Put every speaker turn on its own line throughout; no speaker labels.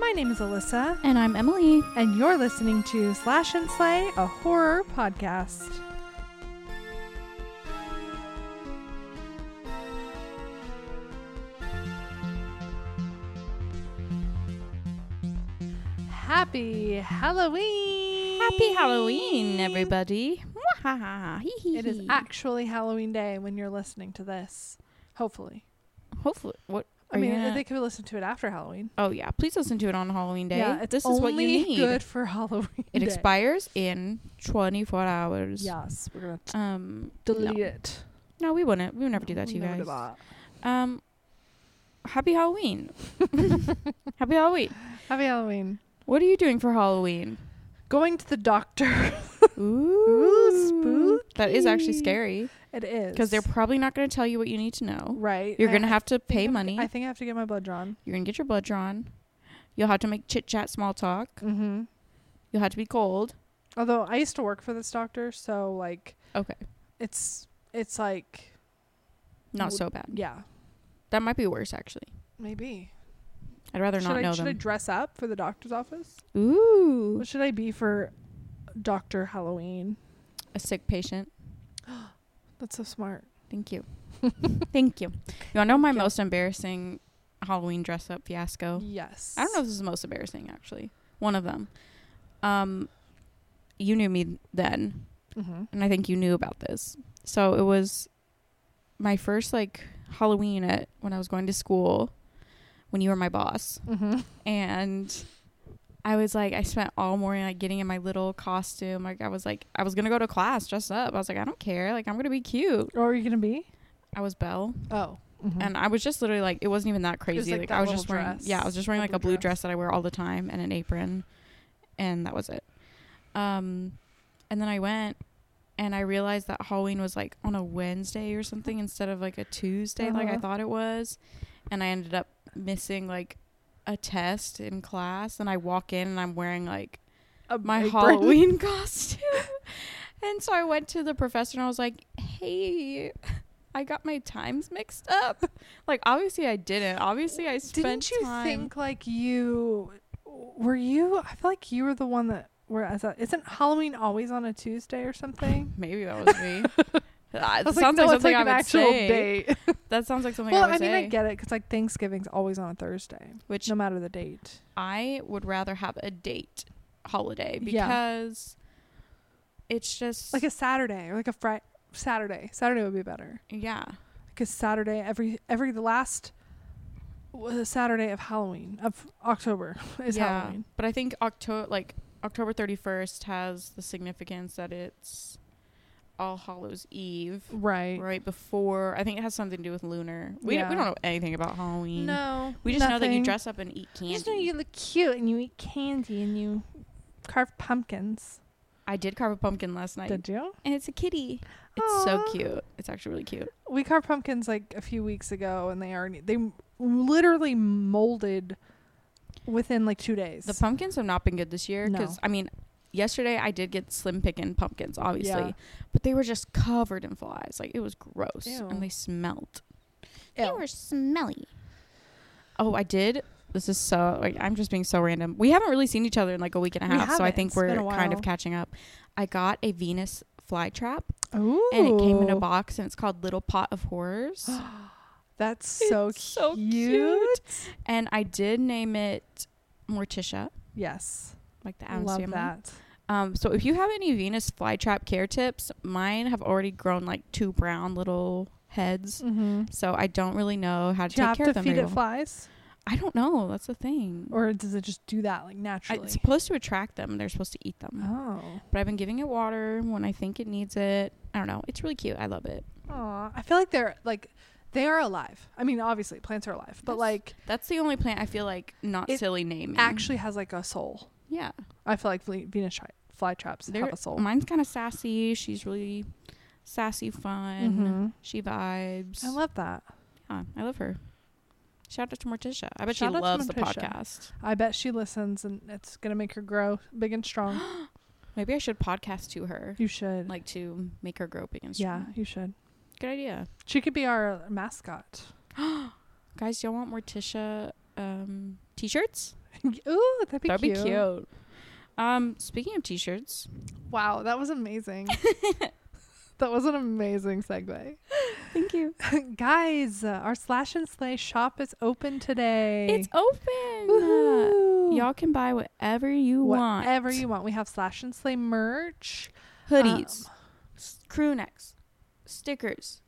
Alyssa,
And I'm Emily.
and you're listening to Slash and Slay, a horror podcast. Happy Halloween!
Happy Halloween, everybody. Mwahaha. Hee hee
It is
hee.
actually Halloween day when you're listening to this. Hopefully.
Hopefully, what?
I
are you
mean,
gonna-
they could listen to it after Halloween.
oh, yeah. Please listen to it on Halloween Day.
Yeah, it's
this
only
is what you need.
good for Halloween.
It
day.
expires in 24 hours.
Yes, we're gonna
Um,
delete
no.
it.
No, we wouldn't. We would never do that to you guys. Um, happy Halloween. happy Halloween.
Happy Halloween.
What are you doing for Halloween?
Going to the doctor.
Ooh,
spooky.
That is actually scary
it is
because they're probably not going to tell you what you need to know.
right.
You're
I-
going to have to
I think
pay
I'm-
money.
I think I have to get my blood drawn.
You're gonna get your blood drawn. You'll have to make chit chat, small talk.
Mm-hmm.
You'll have to be cold.
Although I used to work for this doctor, so like
Okay,
it's it's like
not
Would-
so bad.
yeah
That might be worse actually.
maybe.
I'd rather
should
not
I
know
should I
them.
dress up for the doctor's office?
Ooh,
What should I be for Doctor Halloween?
a sick patient.
That's so smart.
Thank you. Thank you. You wanna know my most embarrassing Halloween dress up fiasco?
Yes.
Oh. I don't know if this is the most embarrassing actually. One of them. Um, you knew me then,
Mm-hmm.
and I think you knew about this. So it was my first like Halloween at when I was going to school when you were my boss.
Mm-hmm.
and I was like, I spent all morning like getting in my little costume. Like I was like, I was gonna go to class dressed up. I was like, I don't care. Like I'm gonna be cute.
Or are you gonna be?
I was Belle,
Oh.
and I was just literally like, it wasn't even that crazy.
like,
like
that
I was
little
just wearing,
dress,
yeah, I was just wearing
a
like
blue
a blue
dress.
dress. that I wear all the time and an apron, and that was it. Um, and then I went. And I realized that Halloween was like on a Wednesday or something instead of like a Tuesday, like I
Uh-huh.
thought it was. And I ended up missing like a test in class. And I walk in and I'm wearing like my Halloween costume. and so I went to the professor and I was like, hey, I got my times mixed up. Like, obviously, I didn't. Obviously, I spent
Didn't you
time-
think like you were you? I feel like you were the one that were as a, isn't Halloween always on a Tuesday or something?
Maybe that was me. that
That's
sounds like,
no, it's
something
like
I
an
would
actual
say.
date.
That sounds like something
well,
I would
I mean,
say.
I get it because like Thanksgiving's always on a Thursday,
which
no matter the date.
I would rather have a date holiday
Yeah.
because it's just
Like a Saturday or like a Friday. Saturday. Saturday would be better
yeah.
because Saturday every every the last w- Saturday of Halloween of October is Halloween.
But I think October, like October 31st, has the significance that it's All Hallows Eve,
Right.
right before. I think it has something to do with lunar. We don't, we
Yeah.
don't know anything about Halloween.
No.
We just know that you
nothing.
dress up and eat candy.
You just know you look cute and you eat candy and you carve pumpkins.
I did carve a pumpkin last night,
Did you?
and it's a kitty. It's so
Aw.
cute. It's actually really cute.
We carved pumpkins like a few weeks ago, and they are they m- literally molded within like two days.
The pumpkins have not been good this year because
No.
I mean, yesterday I did get slim pickin' pumpkins, obviously,
Yeah.
but they were just covered in flies. Like it was gross,
Ew.
and they smelt.
Ew.
smelly. Oh, I did. This is so. Like, I'm just being so random. We haven't really seen each other in like a week and a
We
half, so I
haven't.
think
It's been
we're
a
kind of
while.
catching up. I got a Venus flytrap,
Ooh.
and it came in a box, and it's called Little Pot of Horrors.
That's so
It's so
cute.
and I did name it Morticia,
Yes,
like the
I
Adams
love
family.
that.
Um, so if you have any Venus flytrap care tips, mine have already grown like two brown little heads.
Mm-hmm.
So I don't really know how to
Do you
take
have
care
to
of them.
feed
very
it
well.
flies,
I don't know. That's the thing.
or does it just do that like
I-
naturally?
it's supposed to attract them. They're supposed to eat them.
oh,
But I've been giving it water when I think it needs it. I don't know. It's really cute. I love it.
Aw. I feel like they're like they are alive. I mean, obviously plants are alive, but
That's-
like
That's the only plant I feel like not
It
silly naming.
actually has like a soul.
yeah.
I feel like Vle- Venus tri- flytraps
They're-
have a soul.
Mine's kind of sassy. She's really sassy, fun.
Mhm.
She vibes.
I love that.
Yeah, I love her. Shout out to Morticia. I bet
Shout out
she
to
loves the
Morticia.
podcast.
I bet she listens, and it's gonna make her grow big and strong.
Maybe I should podcast to her,
you should,
like to make her grow big and
yeah,
strong.
you should.
Good idea.
She could be our mascot.
Guys, y'all want Morticia um, t-shirts?
Ooh, that'd be
That'd
cute.
be cute. Um, speaking of t-shirts,
Wow, that was amazing. that was an amazing segue.
thank you.
Guys, uh, our slash and slay shop is open today.
It's open.
Woohoo.
Y'all can buy whatever you want.
whatever you want. We have slash and slay merch.
hoodies, s- crew necks, stickers,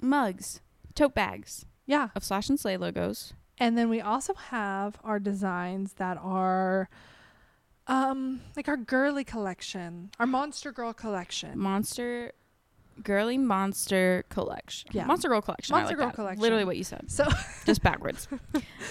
mugs, tote bags
Yeah,
of Slash and Slay logos.
and then we also have our designs that are, um, like our girly collection, our monster girl collection.
Monster, girly monster collection.
Yeah.
Monster girl collection. I
Monster
like
Girl
that.
collection.
Literally what you said,
So
just backwards.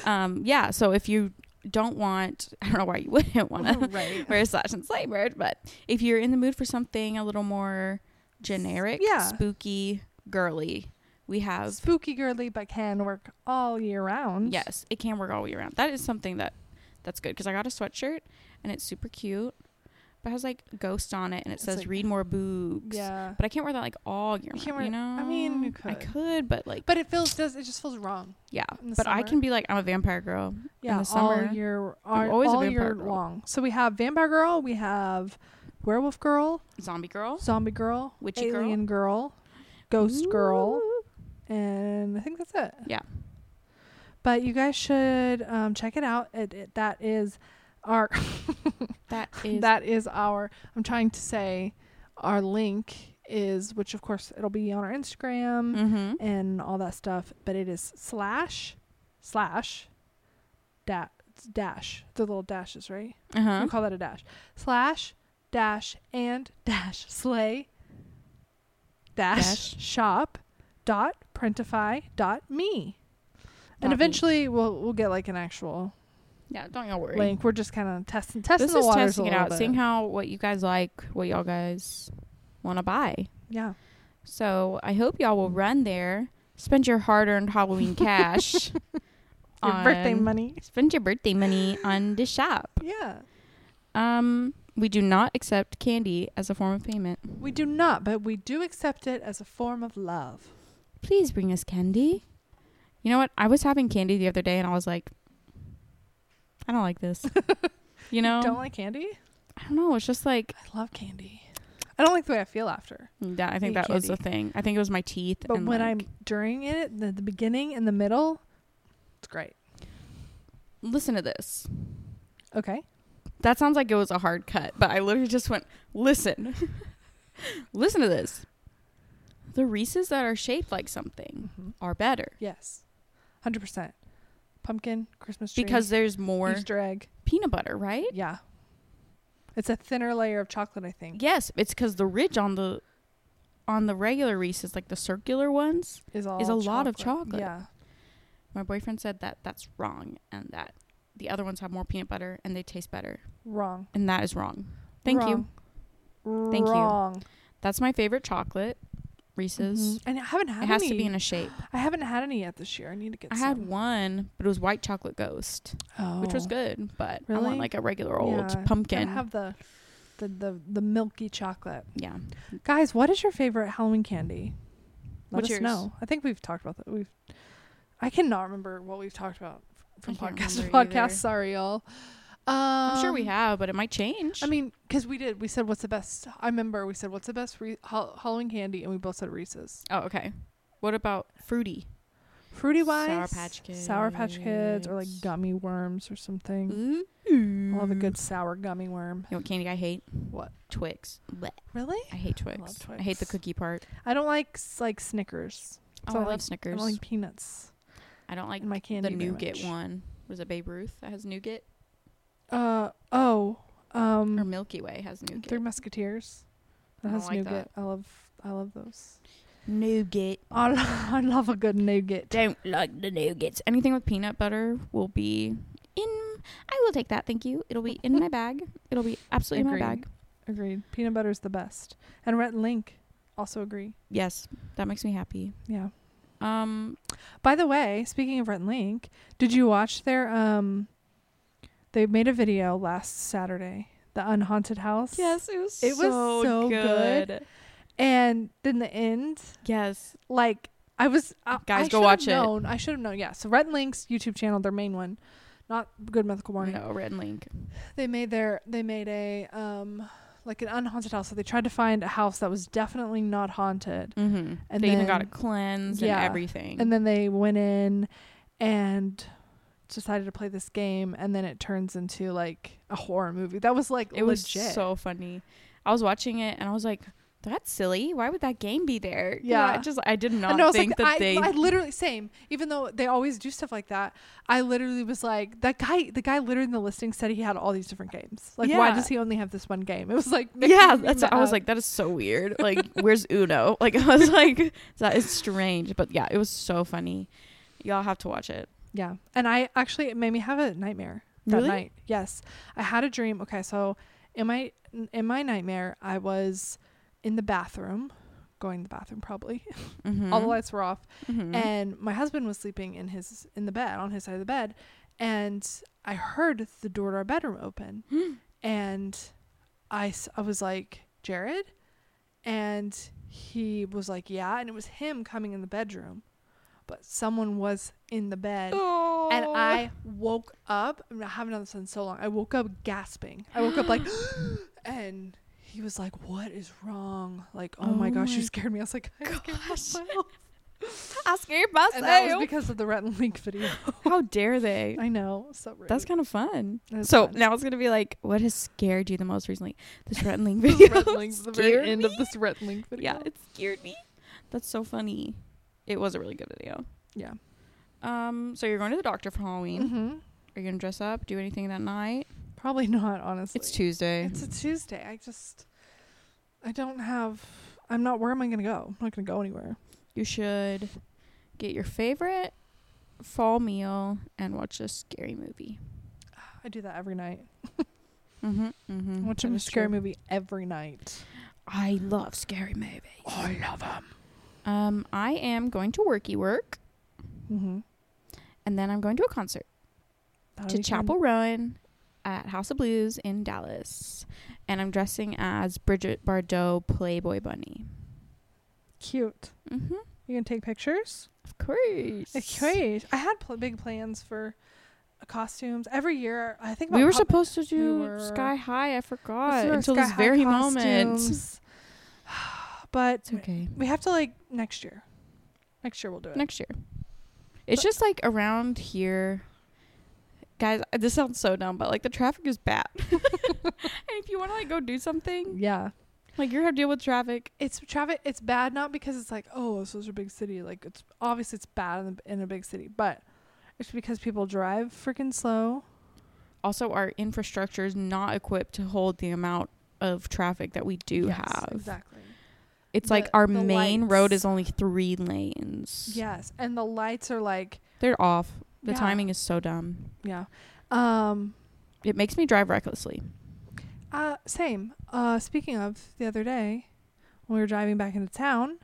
um, yeah. So if you don't want, I don't know why you wouldn't want to
right.
wear a Slash and Slay bird, but if you're in the mood for something a little more generic,
Yeah.
spooky, girly, we have
Spooky girly, but can work all year round.
Yes, it can work all year round. That is something that that's good because I got a sweatshirt and it's super cute, but it has like ghost on it and it
It's
says
like-
read more boobs.
Yeah.
But I can't wear that like all year
You
round.
can't
you know.
wear- I mean, you
I
could.
could, but like,
But it feels does it just feels wrong.
yeah.
in the
But I
summer.
can be like, I'm a vampire girl.
Yeah,
the summer.
all year,
I'm
all,
always a
all
vampire
year
girl.
long. So we have vampire girl, we have werewolf girl,
Zombie girl.
zombie girl,
Witchy girl.
alien girl, ghost girl,
Ooh.
and I think that's it.
Yeah.
But you guys should um, check it out. It, it, that is our
That is
that is our. I'm trying to say our link is, which of course it'll be on our Instagram
Mm-hmm.
and all that stuff, but it is slash slash da- dash the little dashes, right?
Uh huh.
You call that a dash. Slash, dash, and dash, slay, dash,
Dash.
shop, dot, printify, dot, me.
Dot
And
me.
eventually we'll we'll get like an actual
Yeah. Don't y'all worry.
link. We're just kind of testing testing
this
the
is
waters
testing
a
it
little
out,
bit.
seeing how what you guys like, what y'all guys want to buy.
yeah,
So I hope y'all will run there, spend your hard-earned Halloween cash,
your birthday
on-
money.
spend your birthday money on the shop.
Yeah,
Um, we do not accept candy as a form of payment.
we do not, but we do accept it as a form of love.
Please bring us candy. You know what? I was having candy the other day, and I was like, I don't like this. you know,
Don't like candy?
I don't know. It's just like
I love candy. I don't like the way I feel after.
yeah. I
Eat
think that was the
candy.
thing. I think it was my teeth.
But
and
when
like,
I'm during it, the, the beginning and the middle, it's great.
listen to this.
Okay.
That sounds like it was a hard cut, but I literally just went, listen. listen to this. The Reese's that are shaped like something
Mm-hmm.
are better
Yes, hundred percent. Pumpkin Christmas tree
because there's more
Easter egg.
peanut butter, right?
Yeah, it's a thinner layer of chocolate. I think
Yes, it's because the ridge on the on the regular Reese's, like the circular ones,
is all
a lot of chocolate.
Yeah,
my boyfriend said that that's wrong and that the other ones have more peanut butter and they taste better,
wrong.
and that is wrong. Thank you.
Wrong.
Thank you.
Wrong.
That's my favorite chocolate, Reese's.
Mhm. And I haven't had
It has
any.
to be in a shape.
I haven't had any yet this year. I need to get.
I
some.
had one, but it was white chocolate ghost.
Oh.
which was good, but I
Really?
want like a regular old
Yeah,
pumpkin.
Gotta have the, the the the milky chocolate.
yeah.
Guys, what is your favorite Halloween candy? Let
What's
us
yours?
know. I think we've talked about that. We've I cannot remember what we've talked about f- from
I can't
podcast to
remember
podcast.
either.
Sorry, y'all. Um,
I'm sure we have, but it might change.
I mean, because we did. We said what's the best. I remember we said what's the best re- Hall- Halloween candy, and we both said Reese's.
oh, okay. What about fruity?
Fruity
Sour
wise,
Patch
Sour Patch Kids, or like
Kids.
gummy worms or something.
Ooh.
I love a
Mm.
good sour gummy worm.
You know what candy I hate?
What?
Twix. Blech.
Really?
I hate Twix. I,
love
hate the
Twix.
cookie part.
I don't like s- like Snickers.
Oh,
So I
I love
like- I
Snickers.
don't like peanuts
I don't like
in my candy.
the
very
nougat
much.
one. Was it Babe Ruth that has nougat?
Uh oh. Um
Or Milky Way has nougat.
Three Musketeers. That
I don't
has
like
nougat. I love I love those.
nougat.
I, lo- I love a good nougat.
Don't like the nougats. Anything with peanut butter will be in. I will take that. Thank you. It'll be in my bag. It'll be absolutely in my
Agreed.
bag.
Agreed. Peanut butter's the best. And Rhett and Link also agree.
Yes, that makes me happy.
Yeah.
Um,
By the way, speaking of Rhett and Link, did you watch their um they made a video last Saturday, the unhaunted house.
it was
It was so so good. And in the end,
Yes,
like I was I,
Guys,
I
go
should have
watch it.
known, I should have known. Yeah. So Rhett and Link's YouTube channel, their main one, not Good Mythical Morning.
No, Red Link.
They made their they made a um like an unhaunted house. So they tried to find a house that was definitely not haunted.
Mm-hmm.
And
they even got
then-
it cleansed
yeah.
and everything.
And then they went in and decided to play this game and then it turns into like a horror movie. That was like
it was
legit.
so funny. I was watching it and I was like, "That's silly. Why would that game be there?" 'Cause
Yeah.
I just I did
I
not
know, I was
think
like,
that
I,
they.
I literally same. Even though they always do stuff like that, I literally was like, that guy. The guy literally in the listing said he had all these different games. Like, why
Yeah.
does he only have this one game? It was like, making
yeah,
me
that's. I was
mad.
like, that is so weird. Like, where's Uno? Like, I was like, that is strange. But yeah, it was so funny. Y'all have to watch it.
Yeah. And I actually, it made me have a nightmare that
Really?
night. Yes. I had a dream. Okay. So in my, in my nightmare, I was in the bathroom, going to the bathroom probably.
Mm-hmm.
All the lights were off.
Mm-hmm.
And my husband was sleeping in his, in the bed, on his side of the bed. And I heard the door to our bedroom open.
Hmm.
and I, s- I was like, Jared? And he was like, yeah. And it was him coming in the bedroom. But someone was in the bed.
oh.
And I woke up. I, mean, I haven't done this in so long. I woke up gasping. I woke up like, and he was like, "What is wrong?" Like, "Oh, my
Oh
gosh, you
my
scared me." I was like, "I scared
gosh.
myself,"
I scared
and that was
myself.
because of the Rhett and Link video.
How dare they?
I know, so rude.
That's kind of fun.
It was
So
fun.
now it's gonna be like, what has scared you the most recently? This Rhett and Link
the
video.
Rhett and Link's the very
scared
end of
me.
this Rhett and Link video.
Yeah, it scared me. That's so funny. It was a really good video.
Yeah.
Um. So you're going to the doctor for Halloween.
Mhm.
Are you gonna dress up? Do anything that night?
Probably not. Honestly,
It's Tuesday.
It's a Tuesday. I just, I don't have. I'm not. Where am I gonna go? I'm not gonna go anywhere.
you should get your favorite fall meal and watch a scary movie.
I do that every night.
Mm-hmm. Mm-hmm.
I watch a scary movie every night.
I love scary movies.
Oh, I love them.
Um. I am going to worky work,
Mm-hmm.
and then I'm going to a concert.
Oh,
to Chapel Run at House of Blues in Dallas. And I'm dressing as Bridget Bardot Playboy Bunny.
Cute.
Mm-hmm.
You gonna take pictures?
Of course.
Okay. I had pl- big plans for uh, costumes every year. I think
We
about
were
pop-
supposed to do
were-
Sky High. I
this
forgot
is our
until this
Sky High
very moment.
costumes. but
It's okay.
we have to like next year. Next year we'll do it.
Next year. It's just like around here. Guys, uh, this sounds so dumb, but like the traffic is bad. and if you want to like go do something,
yeah.
like you're gonna deal with traffic.
it's traffic it's bad not because it's like oh this is a big city like it's obviously it's bad in, in a big city but it's because people drive freaking slow
also our infrastructure is not equipped to hold the amount of traffic that we do
Yes,
have.
exactly
It's
The-
like our
the
main road
lights.
is only three lanes.
yes and the lights are like
They're off. The
Yeah.
timing is so dumb.
yeah um
It makes me drive recklessly.
uh same uh speaking of the other day when we were driving back into town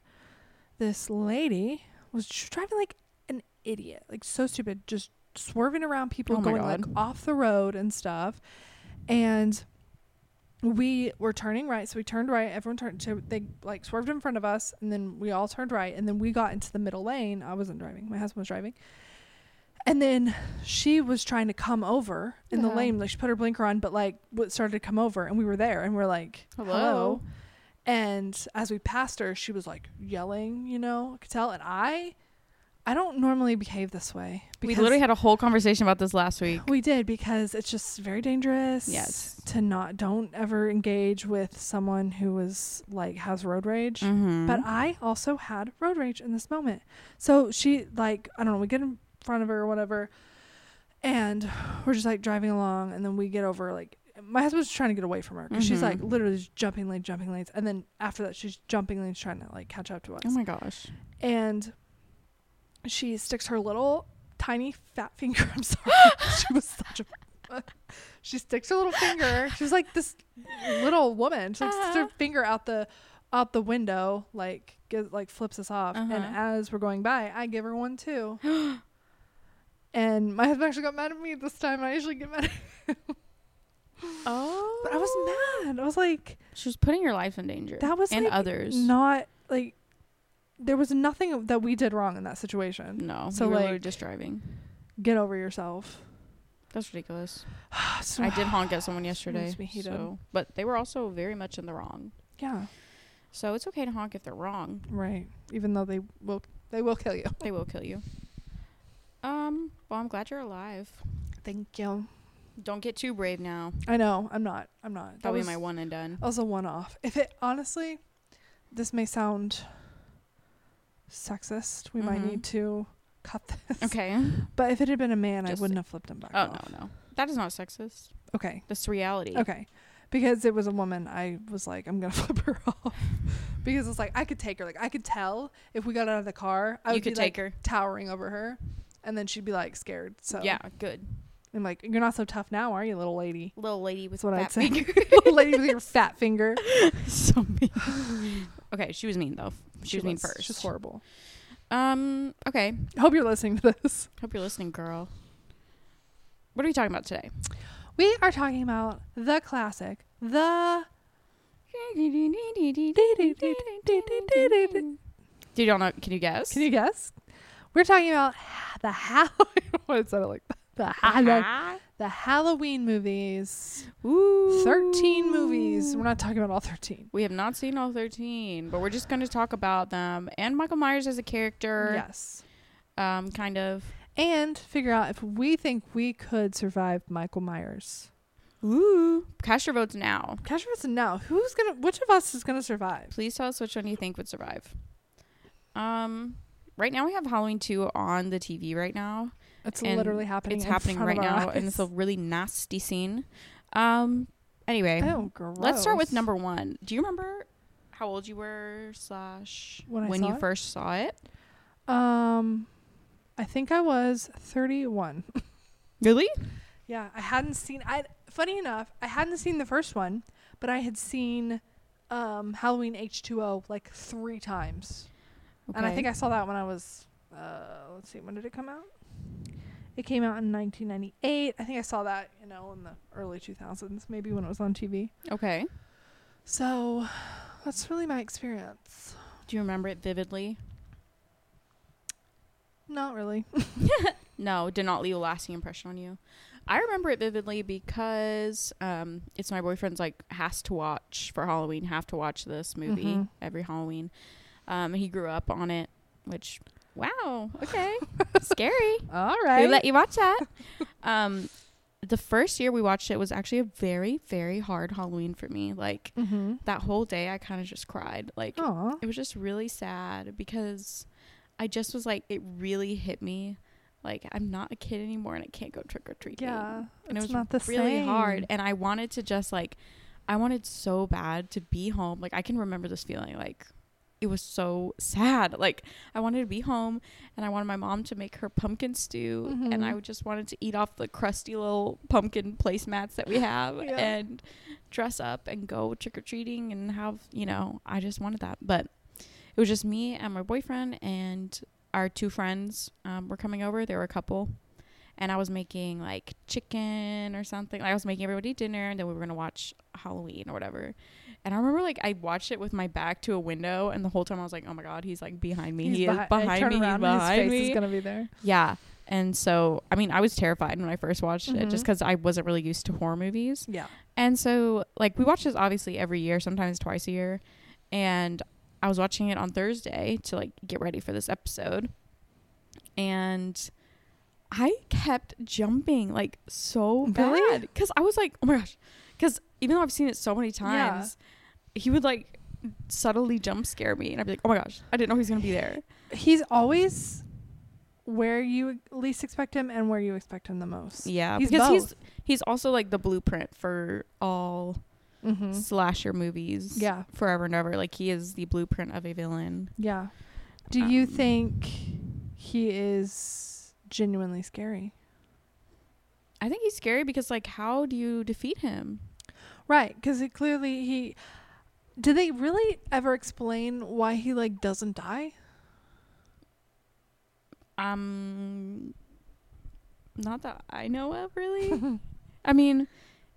this lady was tr- driving like an idiot like so stupid just swerving around people
Oh my
going like
God.
off the road and stuff and we were turning right so we turned right everyone turned so they like swerved in front of us and then we all turned right and then we got into the middle lane i wasn't driving my husband was driving and then she was trying to come over in the
Yeah.
lane like she put her blinker on but like what started to come over and we were there and we're like hello
Hello.
and as we passed her she was like yelling you know i could tell and i i don't normally behave this way
we literally had a whole conversation about this last week.
we did because it's just very dangerous.
Yes.
To not don't ever engage with someone who is like has road rage.
Mhm.
But I also had road rage in this moment. So she like I don't know, we get in front of her or whatever and we're just like driving along and then we get over like my husband's trying to get away from her 'cause she's
Mhm.
like literally just jumping lanes, jumping lanes, and then after that she's jumping lanes trying to like catch up to us
oh my gosh.
and she sticks her little tiny fat finger. I'm sorry, she was such a. She sticks her little finger. She's like this little woman. She like, sticks her
Uh-huh.
finger out the out the window, like get, like flips us off. And
Uh-huh.
as we're going by, I give her one too. and my husband actually got mad at me this time. I usually get mad, at
Oh.
but I was mad. I was like,
She was putting your life in danger.
That was,
and
like,
others.
not like there was nothing that we did wrong in that situation.
No.
So,
So you were
like-
literally just driving.
Get over yourself.
That's ridiculous.
so,
I did honk at someone yesterday.
makes me heated.
so- but they were also very much in the wrong.
yeah,
So it's okay to honk if they're wrong.
right. Even though they will, they will kill you.
They will kill you. Um, well, I'm glad you're alive.
Thank you.
Don't get too brave now.
I know. I'm not. I'm not. That
That'll be
was-
my one and done.
That was a one off. If it honestly, this may sound sexist. We might
Mhm.
need to cut this.
Okay.
But if it had been a man, I
Just-
wouldn't have flipped him back.
Oh,
off.
no, no. That is not sexist.
Okay.
That's reality.
Okay. Because it was a woman, I was like, I'm gonna flip her off. because it's like I could take her. Like I could tell if we got out of the car, I
you
would
could
be like
take her.
towering over her, and then she'd be like scared. So
Yeah, good.
I'm like, you're not so tough now, are you, little lady?
Little lady with
That's what I'd
fat
say.
finger.
little lady with your fat finger.
so mean. okay, she was mean though. She, was mean first.
She's horrible.
Um. Okay.
I hope you're listening to this.
Hope you're listening, girl. What are we talking about today?
We are talking about the classic, the
Do y'all know? Can you guess?
Can you guess? We're talking about the Halloween. What it sounded like the Halloween, the Halloween movies.
Ooh.
Thirteen movies. We're not talking about all thirteen.
We have not seen all thirteen, but we're just going to talk about them and Michael Myers as a
Er,
character.
Yes.
Um. Kind of.
And figure out if we think we could survive Michael Myers.
Ooh. Cast your votes now.
Cash us now. Who's gonna? Which of us is gonna survive?
Please tell us which one you think would survive. Um. Right now we have Halloween two on the TV right now.
It's
And
literally happening.
it's
in
happening
front
right
of our
now and
eyes.
it's a really nasty scene um anyway
oh, gross.
let's start with number one do you remember how old you were slash
When I
when
saw
you
it?
first saw it
Um, I think I was thirty-one.
really
Yeah, I hadn't seen. I funny enough, I hadn't seen the first one, but I had seen um, Halloween H two O like three times, and I think I saw that when I was. Uh, let's see, when did it come out? It came out in 1998. I think I saw that, you know, in the early 2000s, maybe when it was on TV.
okay
So, that's really my experience.
do you remember it vividly
Not really.
no it did not leave a lasting impression on you i remember it vividly because um it's my boyfriend's like has to watch for halloween have to watch this movie
Mhm.
every halloween um he grew up on it which wow okay scary
All
They
right.
let you watch that. um, the first year we watched it was actually a very, very hard Halloween for me. Like
mm-hmm.
that whole day, I kind of just cried. Like
Aw.
it was just really sad because I just was like, it really hit me. Like I'm not a kid anymore, and I can't go trick or treating.
Yeah.
and
it's
it was
not the
really
same.
hard. And I wanted to just like, I wanted so bad to be home. Like I can remember this feeling. Like it was so sad. Like I wanted to be home, and I wanted my mom to make her pumpkin stew, and I
Mhm.
just wanted to eat off the crusty little pumpkin placemats that we have,
Yeah.
and dress up and go trick or treating and have you know. I just wanted that, but it was just me and my boyfriend and our two friends um, were coming over. They were a couple. And I was making like chicken or something. I was making everybody dinner and then we were going to watch Halloween or whatever. And I remember like I watched it with my back to a window and the whole time I was like, oh my God, he's like behind me.
He's
he
behi- I
is behind
turn
me. He's
around and
behind
his face
me.
is gonna be there.
yeah. And so, I mean, I was terrified when I first watched it just
Mhm.
because I wasn't really used to horror movies.
Yeah.
And so, like, we watch this obviously every year, sometimes twice a year. And I was watching it on Thursday to like get ready for this episode. And I kept jumping like so
Really?
bad because I was like, oh my gosh. Because even though I've seen it so many times, he would like subtly jump scare me. And I'd be like, oh my gosh, I didn't know he was going to be there.
He's always where you least expect him and where you expect him the most.
Yeah.
He's
because he's he's also like the blueprint for all
Mm-hmm.
slasher movies.
Yeah.
Forever and ever. Like, he is the blueprint of a villain.
Yeah. Do you
Um,
think he is genuinely scary?
I think he's scary because like how do you defeat him?
Right, because it clearly he. Did they really ever explain why he like doesn't die?
Um not that I know of really. I mean,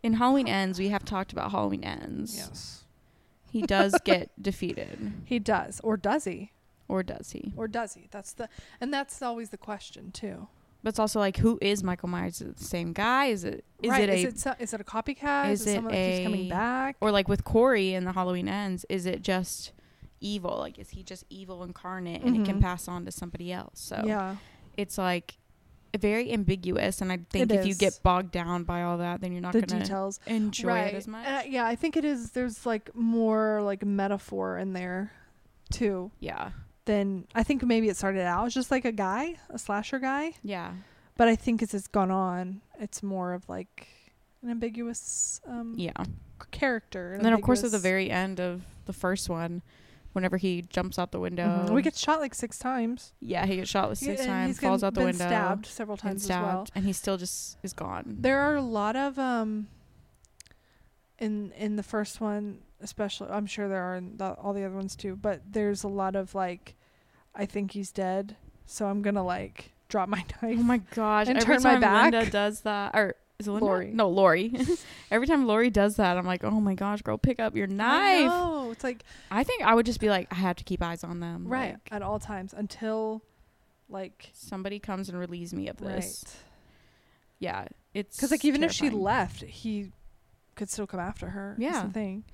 in Halloween Ends, we have talked about Halloween Ends.
Yes.
He does get defeated.
He does, or does he?
Or does he?
Or does he? That's the, and that's always the question too.
But it's also like, who is Michael Myers? Is it the same guy? Is it is
right.
it
is
a
it so, is it a copycat?
is
Is, it
it
someone that keeps coming
a-
back?
or like with Corey in the Halloween Ends? Is it just evil? Like, is he just evil incarnate and it can
Mhm.
pass on to somebody else? So
yeah,
it's like very ambiguous. And I think
It
if you
is.
get bogged down by all that, then you're not
the
gonna
details.
enjoy
right.
it as much.
And I- yeah, I think it is. There's like more like metaphor in there, too.
yeah,
Than I think maybe it started out as just like a guy, a slasher guy.
yeah,
But I think as it's gone on, it's more of like an ambiguous um,
yeah.
c- character. an
And then, of course, at the
ambiguous-
very end of the first one, whenever he jumps out the window,
Mhm. we get shot like six times.
yeah, he gets shot with
Yeah,
six
and he's
times, falls
been-
out the
been
window,
stabbed several
and
times
stabbed,
as well.
and he still just is gone.
There are a lot of um in in the first one especially I'm sure there are in the, all the other ones too, but there's a lot of like I think he's dead, so I'm going to like drop my
oh
knife.
my gosh!
And
Every
turn my
time
back.
Linda does that, or is it Linda?
Lori.
No, Lori. Every time Lori does that, I'm like, oh my gosh, girl, pick up your knife. Oh I,
No, it's like
think I would just be like, I have to keep eyes on them.
right
like,
at all times until like
somebody comes and relieves me of this.
right.
Yeah, it's
Cuz like even if she
terrifying.
left, he could still come after her. is
Yeah.
the thing.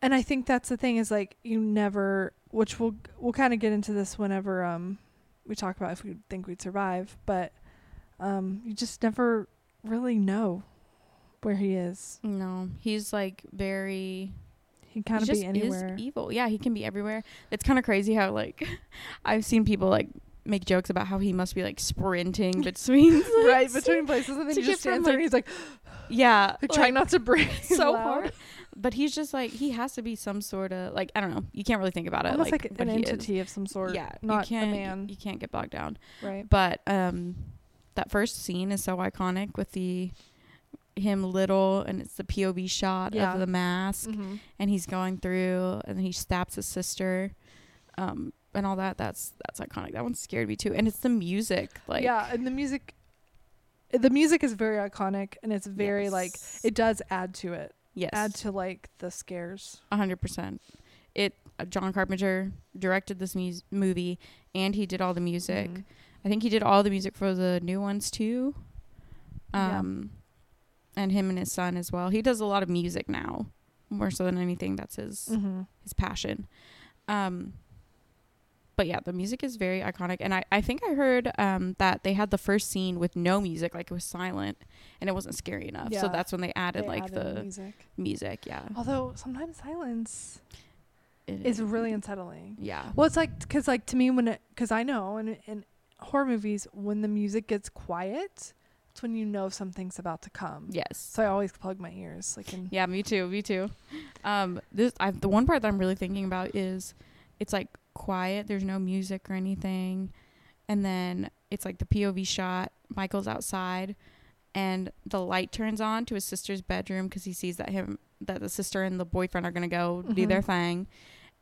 And I think that's the thing is like you never, which we'll we'll kind of get into this whenever um we talk about if we think we'd survive, but um you just never really know where he is.
no, he's like very
He can kind of
he
be
just is
anywhere.
evil. Yeah, he can be everywhere. It's kind of crazy how like I've seen people like make jokes about how he must be like sprinting between like,
right
so-
between places, and then
to
he
get
just
from,
stands there and
like,
he's like,
Yeah,
like trying
like,
not to breathe
so
loud.
hard. But he's just like he has to be some sort of like I don't know. You can't really think about it.
almost like, an
what he is.
entity of some sort.
Yeah,
not
you
a
can't,
man.
You can't get bogged down.
right.
But um, that first scene is so iconic with the him little and it's the POV shot
Yeah.
of the mask
Mhm.
and he's going through and then he stabs his sister um and all that that's that's iconic that one scared me too and it's the music like
yeah, and the music. The music is very iconic, and it's very like
Yes.
it does add to it.
yes
add to like the scares.
100% it uh, john carpenter directed this mus- movie and he did all the music
Mhm.
i think he did all the music for the new ones too
Yeah.
um and him and his son as well he does a lot of music now more so than anything that's his
Mhm.
his passion. Um, but yeah, the music is very iconic, and I, I think I heard um, that they had the first scene with no music, like it was silent, and it wasn't scary enough. So
Yeah.
that's when they added
They
like
added Oh,
the Mm-hmm.
music.
music. Yeah,
Mm-hmm. Although sometimes silence
It
is
is-
really unsettling.
yeah,
Well, it's like because like to me when it because I know in in horror movies when the music gets quiet, it's when you know something's about to come.
yes,
So I always plug my ears like in.
yeah. Me too. Me too. Um, this I, the one part that I'm really thinking about is it's like quiet. There's no music or anything, and then it's like the POV shot. Michael's outside, and the light turns on to his sister's bedroom because he sees that him that the sister and the boyfriend are gonna go do
Mhm.
their thing,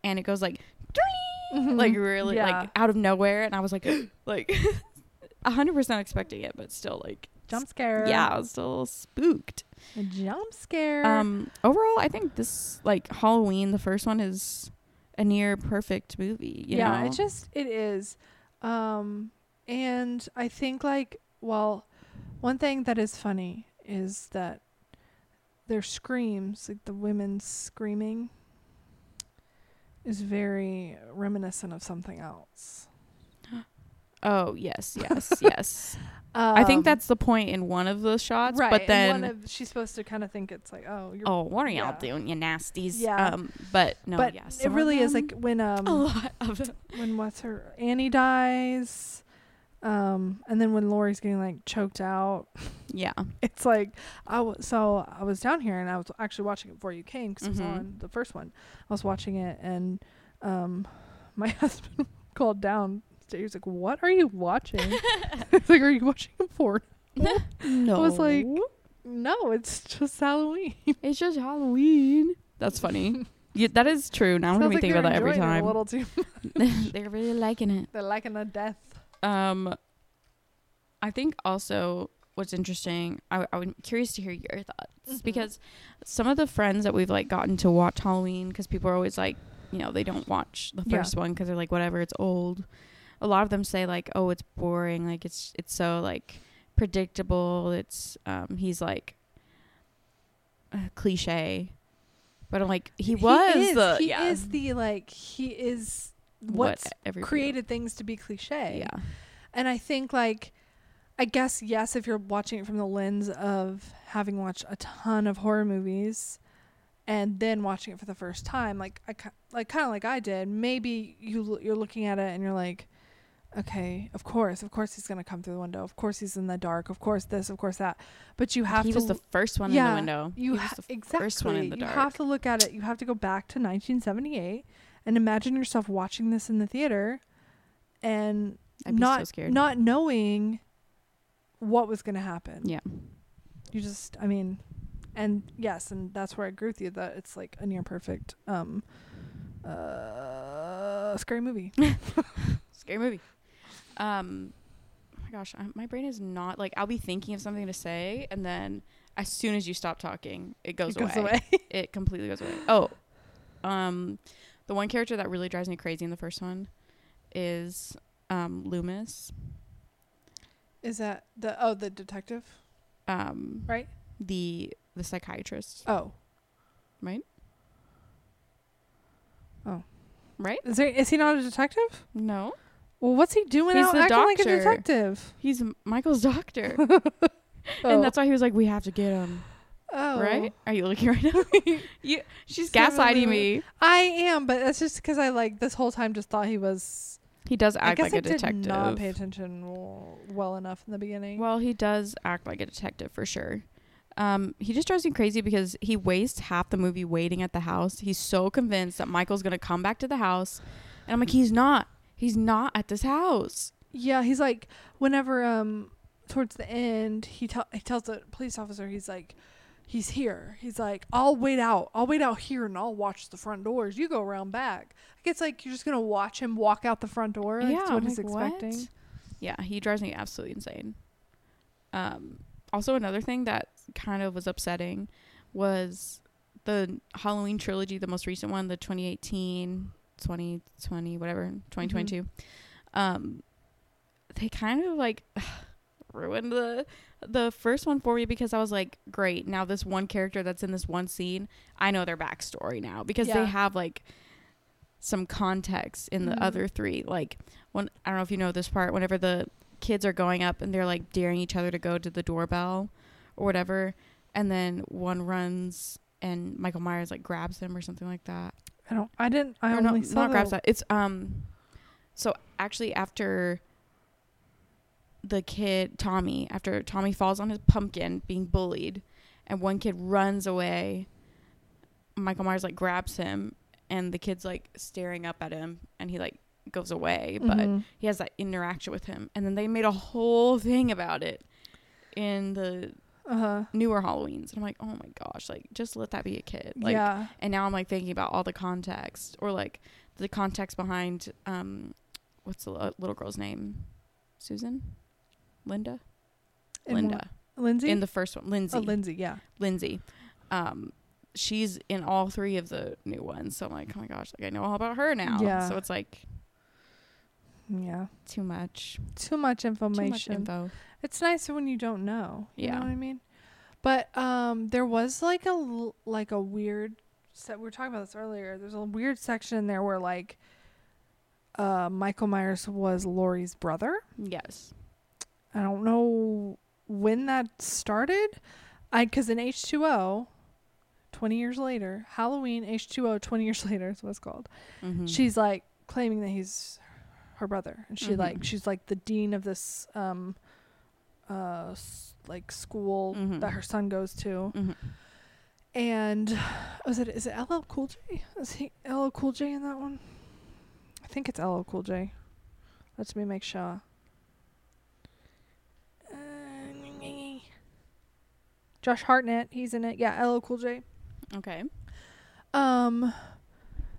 and it goes like, "Dring!"
Mhm.
like really
Yeah.
like out of nowhere, and I was like, like, hundred percent expecting it, but still like,
Jump scare.
yeah, I was still spooked.
A jump scare.
Um, overall, I think this like Halloween, the first one is a near perfect movie. You
yeah,
know?
it just it is. Um and I think like well, one thing that is funny is that their screams, like the women screaming is very reminiscent of something else.
oh yes, yes, yes. I think that's the point in one of the shots,
Um, right.
but
and
then
one of, she's supposed to kind of think it's like, oh, you're
oh, what are y'all
yeah.
doing, you nasties?
Yeah.
Um, but no,
but
yeah,
it
some of
really is
them- Oh.
like when um
a lot of it.
when what's her Annie dies, um, and then when Lori's getting like choked out,
Yeah,
it's like I w- so I was down here and I was actually watching it before you came because it
Mhm.
was on the first one. I was watching it and um, my husband called down. He was like, "What are you watching?" He's like, "Are you watching a porn?"
no,
I was like, "No, it's just Halloween."
it's just Halloween. That's funny. yeah, that is true. Now I'm gonna
Sounds
be
like
thinking
they're
about that every
enjoying it
time.
A little too.
They're really liking it.
They're liking the death.
Um, I think also what's interesting, I, I'm curious to hear your thoughts
Mhm.
because some of the friends that we've like gotten to watch Halloween because people are always like, you know, they don't watch the
Yeah.
first one one because they're like, whatever, it's old. a lot of them say like, "Oh, it's boring. Like it's it's so like predictable. It's um he's like uh, cliche." But I'm like, he was
He is,
the
he
yeah.
is the like he is
what
what's
everybody-
created things to be cliche.
Yeah.
And I think like I guess yes if you're watching it from the lens of having watched a ton of horror movies and then watching it for the first time like I ki- like kind of like I did maybe you l- you're looking at it and you're like okay of course of course he's going to come through the window of course he's in the dark of course this of course that but you have
he
to
was the
l-
first one in
Yeah,
the window.
you
he
ha-
was the
exactly
first one in the
you
dark.
have to look at it you have to go back to 1978 and imagine yourself watching this in the theater and
I'd be
not
so scared.
not knowing what was going to happen.
Yeah.
You just I mean and yes, and that's where I agree with you that it's like a near perfect um uh scary movie.
Scary movie. Um, oh my gosh, I, my brain is not like I'll be thinking of something to say, and then as soon as you stop talking, it goes,
it goes
away.
away.
It completely goes away. Oh, um, the one character that really drives me crazy in the first one is um Loomis.
Is that the oh the detective?
Um,
Right?
The the psychiatrist.
Oh.
Right?
Oh.
Right?
Is there is he not a detective?
No,
Well, what's he doing
He's
out
the
acting like a
doctor.
detective?
he's Michael's doctor,
Oh.
and that's why he was like, "We have to get him."
oh.
Right? Are you looking right now? you, she's
Seven
gaslighting
Loomis.
me.
I am, but that's just because I like this whole time just thought he was
He does
I
act
guess
like a
I
detective.
did not pay attention w- well enough in the beginning.
well, he does act like a detective for sure. Um, he just drives me crazy because he wastes half the movie waiting at the house. He's so convinced that Michael's gonna come back to the house, and I'm like, he's not. He's not at this house.
yeah, he's like whenever um towards the end he tell he tells the police officer he's like he's here. He's like I'll wait out. I'll wait out here and I'll watch the front doors. You go around back. Like it's like you're just gonna watch him walk out the front door. Like, that's
I'm
what he's
like, what?
expecting.
Yeah, he drives me absolutely insane. Um, also, another thing that kind of was upsetting was the Halloween trilogy, the most recent one, the 2018, 2020, whatever, 2022.
Mm-hmm.
Um, they kind of like ruined the the first one for me because I was like, great, now this one character that's in this one scene, I know their backstory now because
Yeah.
they have like some context in the
Mhm.
other three. Like when I don't know if you know this part, whenever the kids are going up and they're like daring each other to go to the doorbell or whatever, and then one runs and Michael Myers like grabs him or something like that.
I don't. I didn't. I
Or
only
no,
saw
not
the-
grabs that. It's um, so actually after the kid Tommy, after Tommy falls on his pumpkin being bullied, and one kid runs away, Michael Myers like grabs him, and the kid's like staring up at him, and he like goes away, but
Mhm.
he has that interaction with him, and then they made a whole thing about it in the
uh-huh.
newer Halloweens, and I'm like, oh my gosh, like just let that be a kid, like
yeah.
and now I'm like thinking about all the context or like the context behind um what's the li- little girl's name? Susan? Linda?
In one-
Linda.
Lindsay.
In the first one, Lindsay.
Oh, Lindsay. Yeah.
Lindsay. Um she's in all three of the new ones. So I'm like, "Oh my gosh, like I know all about her now."
Yeah.
So it's like
Yeah.
too much
Too much
too
information.
much info.
It's nicer when you don't know. You
Yeah.
know what I mean? But um there was like a l- like a weird set we were talking about this earlier. There's a weird section in there where like uh Michael Myers was Laurie's brother.
Yes.
I don't know when that started. I cuz in H2O 20 years later, Halloween H2O 20 years later is what it's called
Mhm.
she's like claiming that he's her brother and she
Mhm.
like she's like the dean of this um uh s- like school
Mhm.
that her son goes to
Mhm.
and was it is it LL Cool J is he LL Cool J in that one I think it's LL Cool J let's me make sure Uh, Josh Hartnett he's in it yeah LL Cool J
Okay.
um,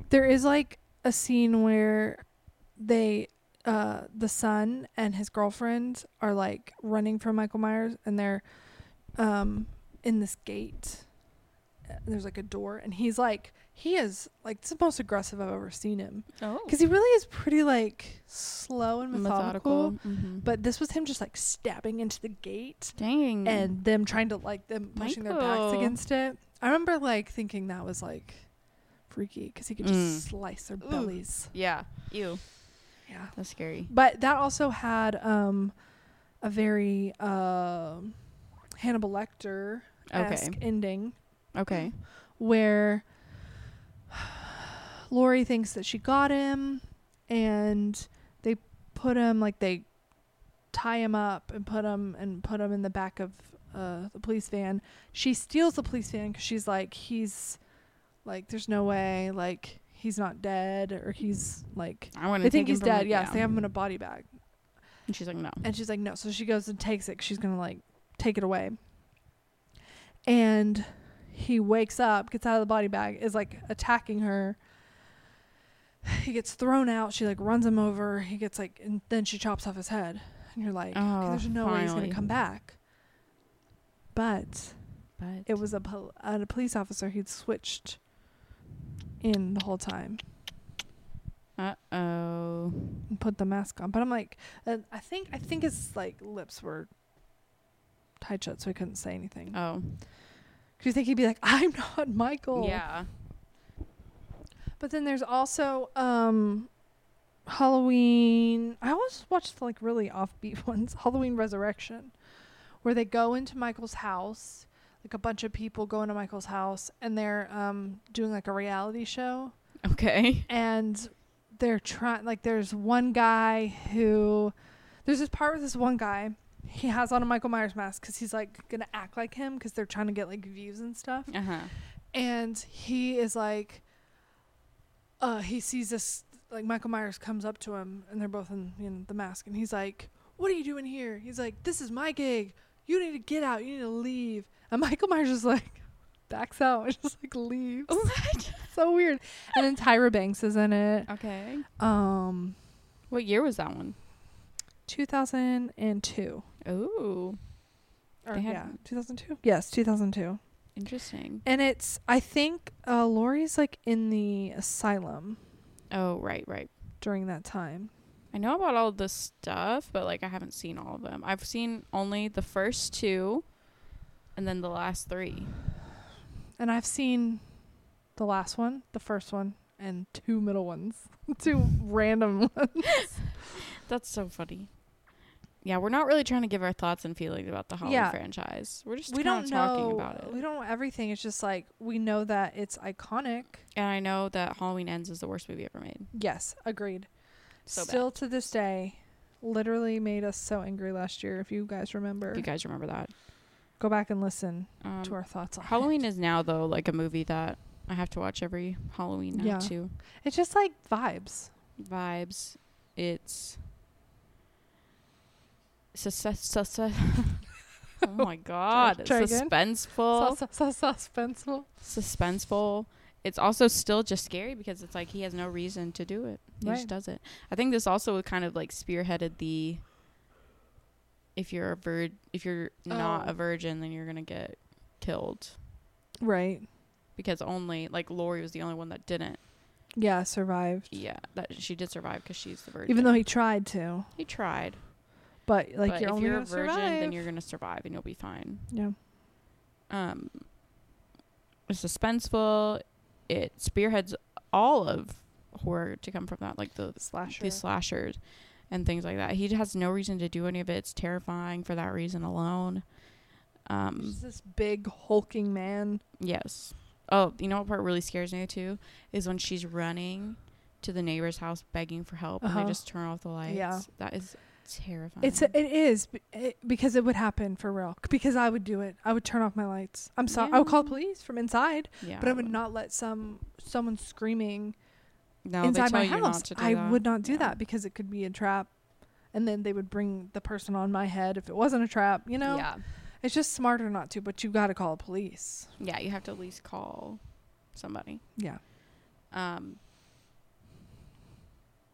there is like a scene where they, uh, the son and his girlfriend are like running from Michael Myers, and they're, um, in this gate. Uh, There's like a door, and he's like he is like it's the most aggressive I've ever seen him
Oh.
because he really is pretty like slow and methodical.
Mm-hmm.
But this was him just like stabbing into the gate
dang.
and them trying to like them pushing their backs
Mm. Michael.
against it. I remember like thinking that was like freaky because he could just
Mm.
slice their
Ooh.
bellies.
yeah. Ew.
Yeah.
That's scary.
But that also had um, a very um Hannibal Lecter esque
Okay.
ending
Okay.
where Lori thinks that she got him and they put him like they tie him up and put him and put him in the back of uh, the police van. She steals the police van because she's like he's like there's no way like he's not dead or he's like
I want
they
to
think he's dead. Yes, they have him in a body bag.
And she's like, no.
And she's like, no. So she goes and takes it. 'cause She's gonna like take it away. And he wakes up, gets out of the body bag, is like attacking her. He gets thrown out. She like runs him over. He gets like, and then she chops off his head. And you're like, okay,
Oh,
there's no way he's
finally.
gonna come back. But
But
it was a, pol- uh, a police officer he'd switched in the whole time.
Uh oh.
and put the mask on. But I'm like, uh, I think I think his like lips were tied shut, so he couldn't say anything.
Oh.
Do you think he'd be like, "I'm not Michael"?
Yeah.
But then there's also um, Halloween. I always watch the like really offbeat ones. Halloween Resurrection, where they go into Michael's house. Like a bunch of people go into Michael's house and they're um, doing like a reality show.
Okay.
and they're trying like there's one guy who there's this part with this one guy he has on a michael myers mask because he's like gonna act like him because they're trying to get like views and stuff
Uh huh.
and he is like uh he sees this like michael myers comes up to him and they're both in, in the mask and he's like what are you doing here he's like this is my gig you need to get out you need to leave and michael myers is like backs out and just like leaves
What?
so weird and then tyra banks is in it
okay.
um,
What year was that one?
2002.
Oh,
Or,
They had-
yeah, 2002. Yes, 2002.
interesting.
And it's I think uh, Lori's like in the asylum
Oh, right, right.
during that time.
I know about all the stuff, but like I haven't seen all of them. I've seen only the first two, and then the last three.
And I've seen the last one, the first one, and two middle ones, two random ones.
That's so funny. Yeah, we're not really trying to give our thoughts and feelings about the Halloween
Yeah.
franchise. We're just
we don't
kind of
know.
talking about it.
We don't know everything. It's just like we know that it's iconic.
and I know that Halloween Ends is the worst movie ever made.
Yes, agreed.
So
Still to this day, literally made us so angry last year. If you guys remember,
bad. You guys remember that?
go back and listen.
Um,
to our thoughts on
Halloween
It.
is now though like a movie that I have to watch every Halloween now
Yeah.
too.
It's just like vibes.
vibes. It's success. success oh my god!
try again.
Suspenseful.
Sus- sus- suspenseful.
Suspenseful. It's also still just scary because it's like he has no reason to do it. He
Right.
just does it. I think this also kind of like spearheaded the. If you're a virg, if you're not
Oh.
a virgin, then you're gonna get killed
Right.
because only like Lori was the only one that didn't.
Yeah, survived.
Yeah, that she did survive because she's the virgin.
Even though he tried to,
he tried.
but like
but
you're
if
only
you're a
gonna
virgin,
survive.
then you're gonna survive and you'll be fine.
yeah.
Um, it's suspenseful. It spearheads all of horror to come from that, like the
Slasher.
the slashers and things like that. He has no reason to do any of it. It's terrifying for that reason alone.
He's
Um,
just this big hulking man.
yes. Oh, you know what part really scares me too is when she's running to the neighbor's house begging for help and
Uh-huh.
they just turn off the lights.
Yeah.
That is terrifying.
It's it is b- it, because it would happen for real. C- Because I would do it. I would turn off my lights. I'm sorry. I would call
Yeah.
police from inside,
yeah,
but I would not let some someone screaming
no, they
inside my
tell you not
house.
to do
I
that.
would not do
Yeah.
that because it could be a trap, and then they would bring the person on my head if it wasn't a trap. You know.
Yeah.
It's just smarter not to, but you got to call the police.
Yeah, you have to at least call somebody.
Yeah.
Um,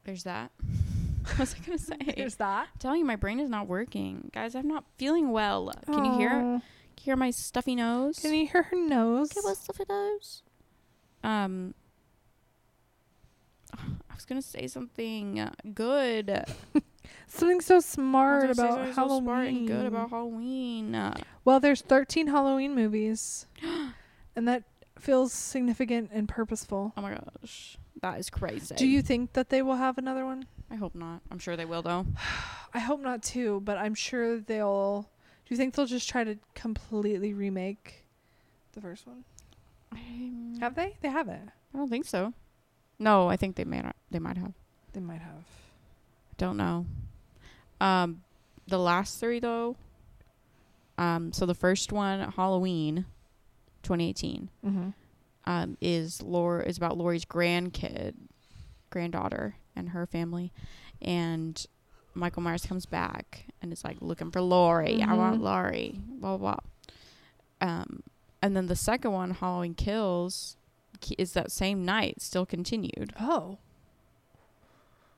there's that. what was I gonna say?
There's that.
I'm telling you, my brain is not working, guys. I'm not feeling well. Can you hear?
Aw.
Hear my stuffy nose?
Can you hear her nose?
Get my stuffy nose. Um, I was gonna say something good.
Something so smart
I was gonna say
about
something so
Halloween.
smart and good about Halloween. Uh,
well, there's 13 Halloween movies, and that feels significant and purposeful.
Oh my gosh, that is crazy.
Do you think that they will have another one?
I hope not. I'm sure they will though.
I hope not too, but I'm sure they'll. Do you think they'll just try to completely remake the first one?
I'm-
Mm-hmm. Have they? They haven't.
I don't think so. No, I think they may not. They might have.
They might have.
Don't know. Um, the last three though. Um, so the first one, Halloween, 2018,
Mm-hmm.
um, is Laura is about Lori's grandkid, granddaughter, and her family, and Michael Myers comes back and is like looking for Lori. I want
Mhm.
Lori. Blah blah. blah. Um, and then the second one, Halloween Kills, ki- is that same night still continued.
Oh,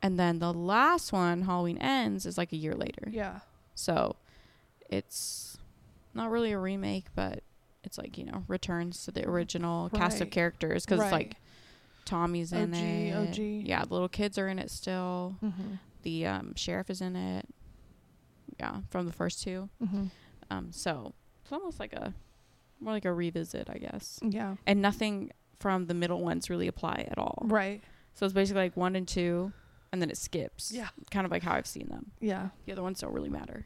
And then the last one, Halloween Ends, is like a year later.
yeah.
So it's not really a remake, but it's like, you know, returns to the original cast of
Right.
characters because it's like
Right.
Tommy's in
OG,
it.
OG.
Yeah, the little kids are in it still.
Mhm.
The um, sheriff is in it. Yeah, from the first two.
Mhm.
Um, so it's almost like a more like a revisit, I guess.
Yeah.
And nothing from the middle ones really apply at all.
Right.
So it's basically like one and two, and then it skips.
Yeah.
Kind of like how I've seen them.
Yeah.
The other ones don't really matter.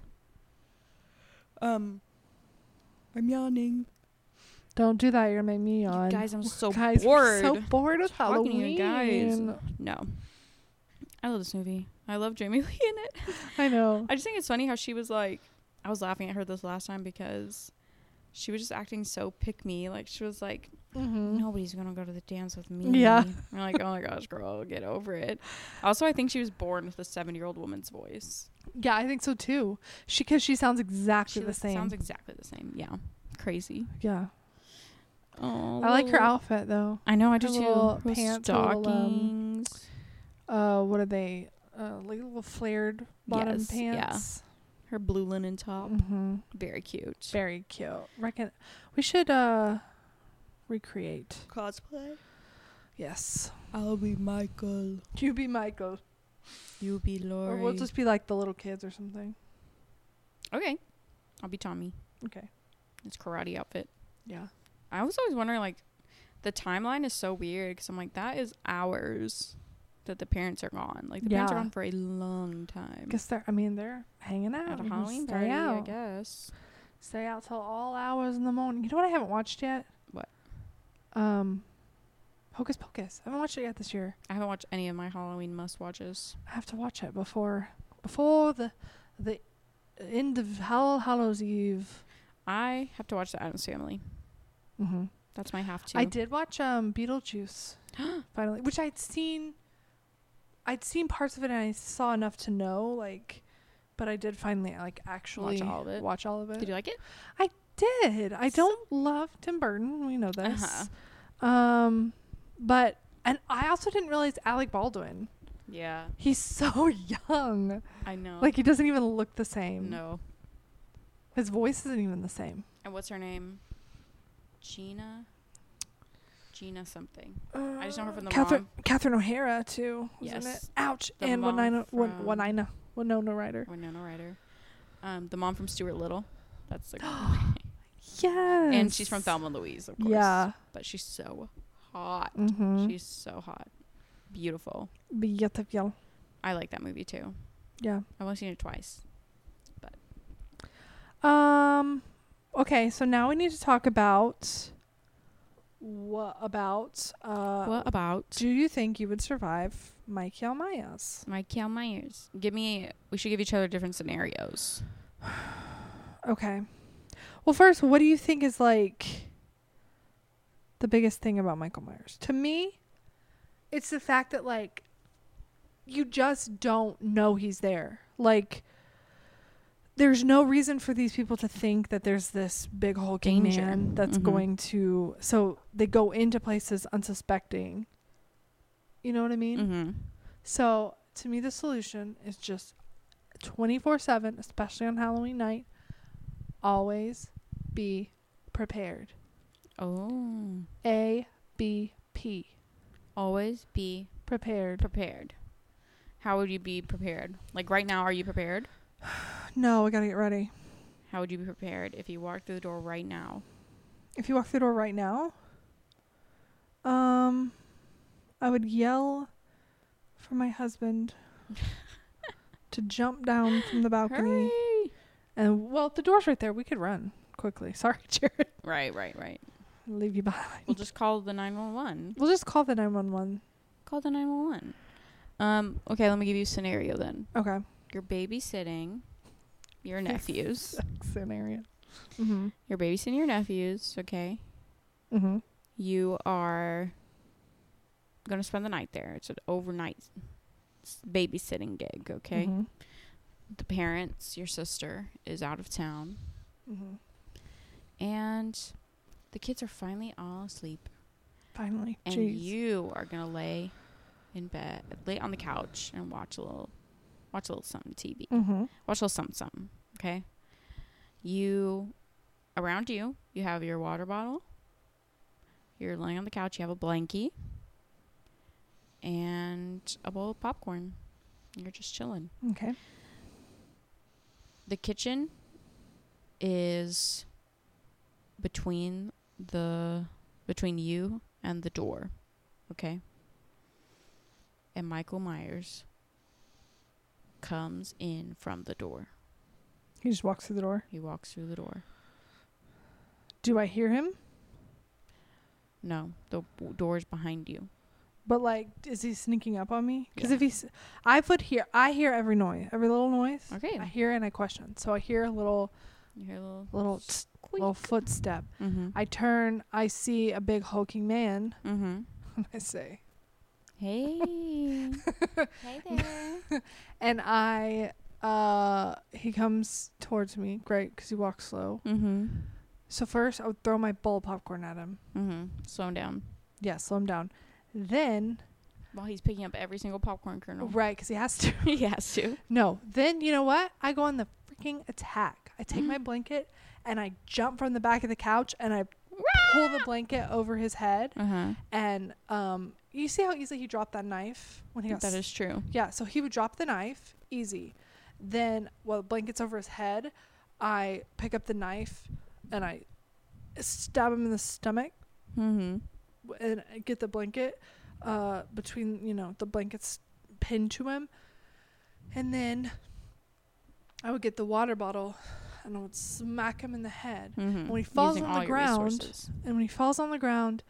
Um, I'm yawning.
Don't do that. You're gonna make me
You
yawn.
guys, I'm so
Guys, I'm
bored.
so bored with
talking to
Halloween.
you guys. no. I love this movie. I love Jamie Lee in it.
I know.
I just think it's funny how she was like, I was laughing at her this last time because she was just acting so pick me. Like, she was like,
Mm-hmm.
nobody's going to go to the dance with me.
Yeah.
I'm like, oh my gosh, girl, get over it. Also, I think she was born with a seven year old woman's voice.
Yeah, I think so too. She because she sounds exactly
She
the
like,
same.
sounds exactly the same. Yeah. Crazy.
yeah,
Oh,
I like her
little-
outfit though.
I know, I do
her
too.
little
Her
pants, her little, um,
stockings.
Uh, what are they? Uh, like little flared bottom
Yes, yeah.
pants.
her blue linen top.
Mm-hmm.
Very cute.
Very cute. Reckon we should uh recreate.
Cosplay?
Yes,
I'll be Michael.
you be Michael,
You be
or
Lori.
we'll just be like the little kids or something.
okay. I'll be Tommy.
Okay.
It's karate outfit.
Yeah.
I was always wondering, like, the timeline is so weird because I'm like, that is hours that the parents are gone. Like, the parents are
Yeah.
gone for a long time.
Guess they're. I mean, they're hanging out.
Mm. At a
You can
Halloween
stay
party, I
out.
guess.
Stay out till all hours in the morning. You know what I haven't watched yet?
What?
Um, Hocus Pocus. I haven't watched it yet this year.
I haven't watched any of my Halloween must watches.
I have to watch it before before the the end of Hall Hallows Eve.
I have to watch The Adams Family.
Mm-hmm.
That's my have to.
I did watch um Beetlejuice finally, which I'd seen. I'd seen parts of it and I saw enough to know like, but I did finally like actually
all of it?
Watch all of it.
Did you like it?
did. I
So-
don't love Tim Burton. We know this.
Uh-huh.
Um, but and I also didn't realize Alec Baldwin.
Yeah.
He's so young.
I know.
Like he doesn't even look the same.
Oh. no.
His voice isn't even the same.
And what's her name? Gina? Gina something. I just know her from the
Catherine
mom.
Catherine O'Hara too. Wasn't
Yes.
it? Ouch.
The
and
mom
Winona Win-
from- Oh.
Winona Winona Ryder.
Winona Ryder. Um, the mom from Stuart Little. That's the
Yes.
And she's from Thelma and Louise, of course.
Yeah.
But she's so hot.
Mm-hmm.
She's so hot. Beautiful.
Beautiful.
I like that movie too.
Yeah.
I've only seen it twice.
Um. Okay, so now we need to talk about what about uh
what about
Do you think you would survive Michael Myers?
Michael Myers? Give me we should give each other different scenarios.
Okay. Well, first, what do you think is like the biggest thing about Michael Myers? To me, it's the fact that like you just don't know he's there. Like there's no reason for these people to think that there's this big hulking
Danger.
man that's
Mhm.
going to so they go into places unsuspecting. You know what I mean?
Mm-hmm.
So to me, the solution is just 24 7, especially on Halloween night, always be prepared.
Oh.
A, B, P.
Always be
Prepared.
prepared. How would you be prepared? Like right now, are you prepared?
No, I gotta get ready.
How would you be prepared if you walked through the door right now?
If you walk through the door right now, um, I would yell for my husband to jump down from the balcony.
Hurry!
And well, the door's right there. We could run quickly. Sorry, Jared.
Right, right, right.
Leave you behind.
We'll just call the 911.
We'll just call the 911.
Call the 911. Um, okay, let me give you a scenario then.
Okay.
You're babysitting your nephews.
Scenario. Mm-hmm.
You're babysitting your nephews, okay?
Mm-hmm.
You are going to spend the night there. It's an overnight s- babysitting gig, okay?
Mm-hmm.
The parents, your sister, is out of town.
mm-hmm.
And the kids are finally all asleep.
Finally.
and
Jeez.
you are gonna lay in bed, lay on the couch, and watch a little, watch a little something TV,
Mm-hmm.
watch a little something, something. Okay. You, around you, you have your water bottle. You're laying on the couch. You have a blankie. And a bowl of popcorn. You're just chilling.
Okay.
The kitchen is between the between you and the door. Okay? And Michael Myers comes in from the door.
He just walks through the door.
He walks through the door.
Do I hear him?
No, the w- door is behind you.
But like, is he sneaking up on me? Because
Yeah.
if he's, I put here, I hear every noise, every little noise.
Okay.
I hear and I question. So I hear a little,
You hear a little
little, tsk, little footstep.
Mm-hmm.
I turn. I see a big hulking man.
mm-hmm.
I say,
Hey. hey there.
and I, uh, he comes towards me. Great, because he walks slow.
Mm-hmm.
So first, I would throw my bowl of popcorn at him.
Mm-hmm. Slow him down.
Yeah, slow him down. Then,
While he's picking up every single popcorn kernel.
right, because he has to.
he has to.
No. Then you know what? I go on the freaking attack. I take my blanket and I jump from the back of the couch and I pull the blanket over his head.
Uh-huh.
And um, you see how easily he dropped that knife when he got.
That
s-
is true.
yeah. So he would drop the knife easy. Then while the blanket's over his head, I pick up the knife and I stab him in the stomach
Mm-hmm.
w- and I get the blanket uh between you know the blankets pinned to him and then i would get the water bottle and i would smack him in the head
Mm-hmm.
When he falls on the ground- and when he falls on the ground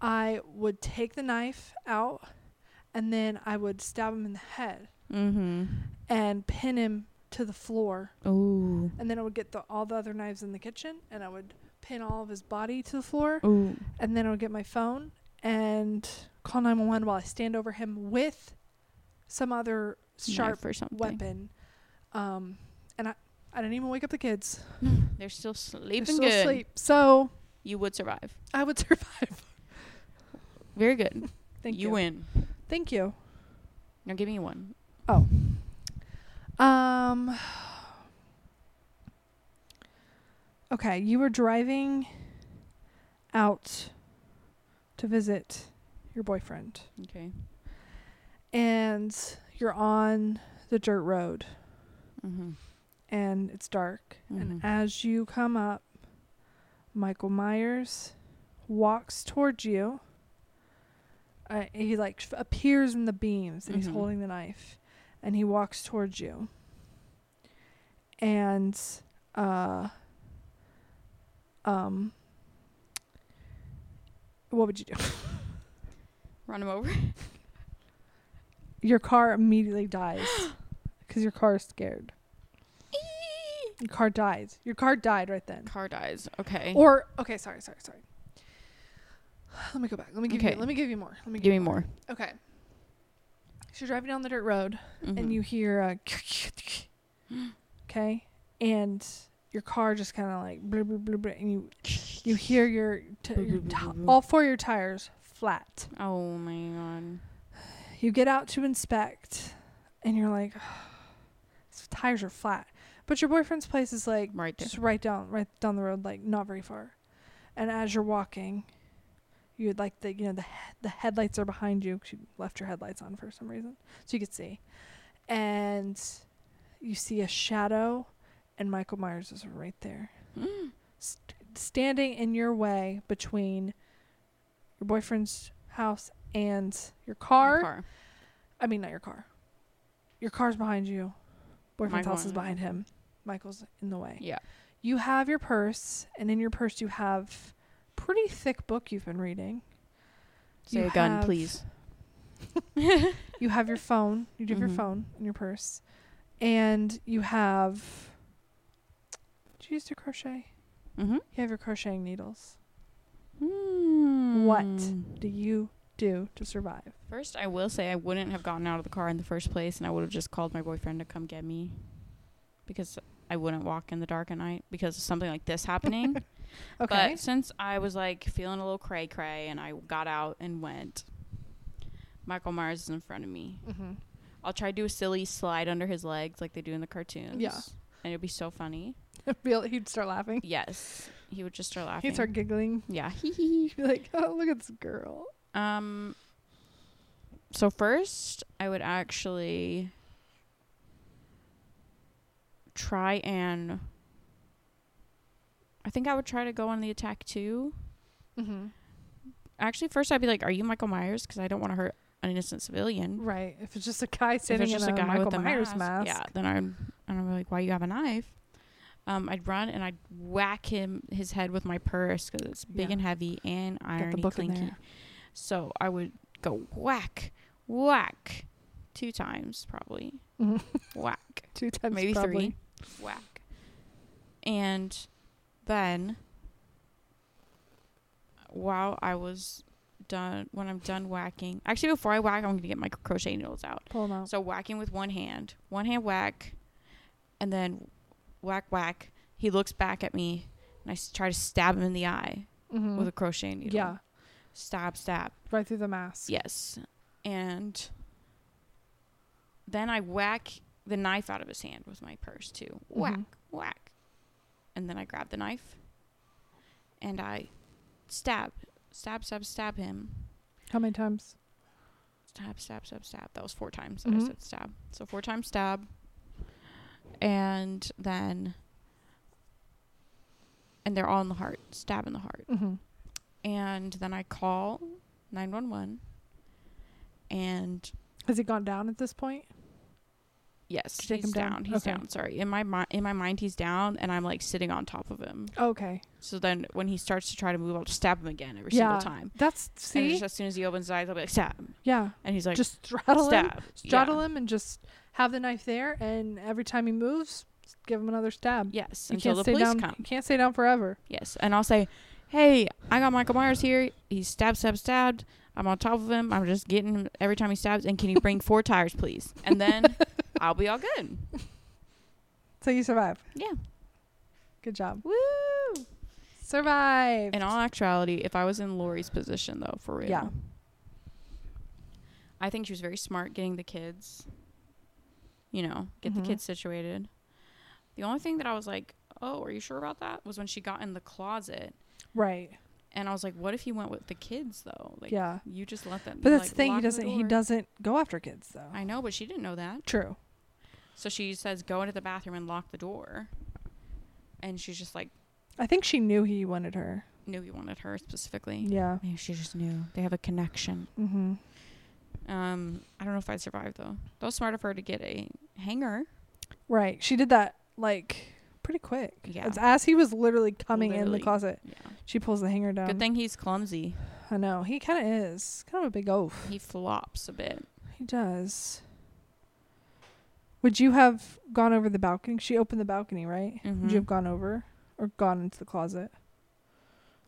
i would take the knife out and then i would stab him in the head
Mm-hmm.
and pin him to the floor
Ooh.
and then i would get the all the other knives in the kitchen and i would pin all of his body to the floor
Ooh.
and then I'll get my phone and call 911 while I stand over him with some other sharp
Knife or something.
weapon. Um, and I, I didn't even wake up the kids.
Hmm. They're still sleeping
They're still
good.
asleep. So
You would survive.
I would survive.
Very good.
Thank you.
you win.
Thank you.
Now give me one.
Oh. Um. Okay, you were driving out to visit your boyfriend.
Okay.
and you're on the dirt road
Mm-hmm.
and it's dark
Mhm.
and as you come up michael myers walks towards you uh, he like f- appears in the beams and
Mhm.
he's holding the knife and he walks towards you and uh um what would you do
Run him over.
your car immediately dies because your car is scared Your car dies. Your car died right then.
Car dies. Okay.
Or okay, sorry, sorry, sorry. Let me go back. Let me give
Okay.
you. Let me give you more. Let me
give me more.
Okay. So you're driving down the dirt road
Mhm.
and you hear a okay, and your car just kind of like blah, blah, blah, blah, and you you hear your, t- your t- all four of your tires flat.
Oh my god.
You get out to inspect, and you're like, "These tires are flat. But your boyfriend's place is like
Right there.
just right down right down the road like not very far and as you're walking you had like the you know the he- the headlights are behind you. 'cause you left your headlights on for some reason, so you could see, and you see a shadow, and Michael Myers is right there, st- standing in your way between your boyfriend's house and your car.
Car.
I mean, not your car. Your car's behind you. Boyfriend's
Michael
house is
and-
behind him. Michael's in the way.
Yeah.
You have your purse, and in your purse you have pretty thick book you've been reading.
Say
You
a gun,
have-
please.
You have your phone. You do have
Mhm.
your phone in your purse, and you have. Did you use to crochet?
Mm-hmm.
You have your crocheting needles.
What?
Do you do to survive?
Mm-hmm. Mm. First, I will say I wouldn't have gotten out of the car in the first place, and I would have just called my boyfriend to come get me, because I wouldn't walk in the dark at night because of something like this happening.
Okay.
But since I was like feeling a little cray cray, and I got out and went, Michael Myers is in front of me.
mm-hmm.
I'll try to do a silly slide under his legs like they do in the cartoons.
Yeah.
And it'd be so funny.
he'd start laughing.
Yes. He would just start laughing.
He'd start giggling.
yeah. Hee hee
He'd be like, "Oh, look at this girl."
hee. Um so first I would actually try and I think I would try to go on the attack too.
Mm-hmm.
Actually first I'd be like, Are you Michael Myers? Because I don't want to hurt an innocent civilian.
Right. If it's just a guy
If
standing
it's just
in
a
a,
guy
Michael
with a
Myers mask.
mask, yeah, then I'm and I'm like, why you have a knife? Um, I'd run and I'd whack him his head with my purse because it's big
Yeah.
and heavy and
Got
iron
the book in
clinky.
there.
So I would go whack, whack, two times probably,
Mhm.
whack,
Two times
maybe
probably.
three, whack, and then while I was done, when I'm done whacking, actually before I whack, I'm gonna get my crochet needles out.
Pull them out.
So whacking with one hand, one hand whack, and then whack whack. He looks back at me, and I s- try to stab him in the eye
Mhm.
with a crochet needle.
yeah,
Stab, stab.
right through the mask.
Yes, and then I whack the knife out of his hand with my purse too. Whack
Mhm.
whack, and then I grab the knife, and I stab, stab, stab, stab him.
How many times?
stab, stab, stab, stab. That was four times that I
Mhm.
said stab. So four times stab. And then and they're all in the heart. Stab in the heart.
Mm-hmm.
And then I call nine one one and
Has he gone down at this point?
yes,
Did you take
he's
him
down.
down?
He's
Okay.
down. Sorry. In my mi- in my mind he's down and I'm like sitting on top of him.
Okay,
So then when he starts to try to move, I'll just stab him again every
Yeah.
single time.
that's
And
see,
just as soon as he opens his eyes, I'll be like, stab.
yeah,
And he's like,
just straddle him,
stab. Yeah.
straddle him, and just have the knife there. And every time he moves, s- give him another stab.
Yes,
You can't
until the
stay
police
down.
come.
You can't stay down forever.
Yes, and I'll say, "Hey, I got Michael Myers here. He's stabbed, stabbed, stabbed. I'm on top of him. I'm just getting him every time he stabs. And can you bring four tires, please? And then I'll be all good.
So you survive.
Yeah.
Good job.
Woo!
Survive.
In all actuality, if I was in Lori's position, though, for real,
Yeah.
I think she was very smart getting the kids. You know, get
Mhm.
the kids situated. The only thing that I was like, "Oh, are you sure about that?" was when she got in the closet,
right.
and I was like, "What if he went with the kids though? Like,
yeah.
you just let them."
But that's
like,
the thing. He
lock the
doesn't. He
door.
doesn't go after kids though.
I know, but she didn't know that.
True.
So she says, go into the bathroom and lock the door. And she's just like,
I think she knew he wanted her.
knew he wanted her specifically.
Yeah.
Maybe she just knew. They have a connection.
Mm-hmm.
Um, I don't know if I'd survive though. That was smart of her to get a hanger.
Right. She did that like pretty quick.
Yeah.
As, as he was literally coming in the
Literally.
closet,
Yeah.
she pulls the hanger down.
Good thing he's clumsy.
I know. He kind of is. Kind of a big oaf.
He flops a bit.
He does. Would you have gone over the balcony? She opened the balcony, right? Would
Mhm.
you have gone over or gone into the closet?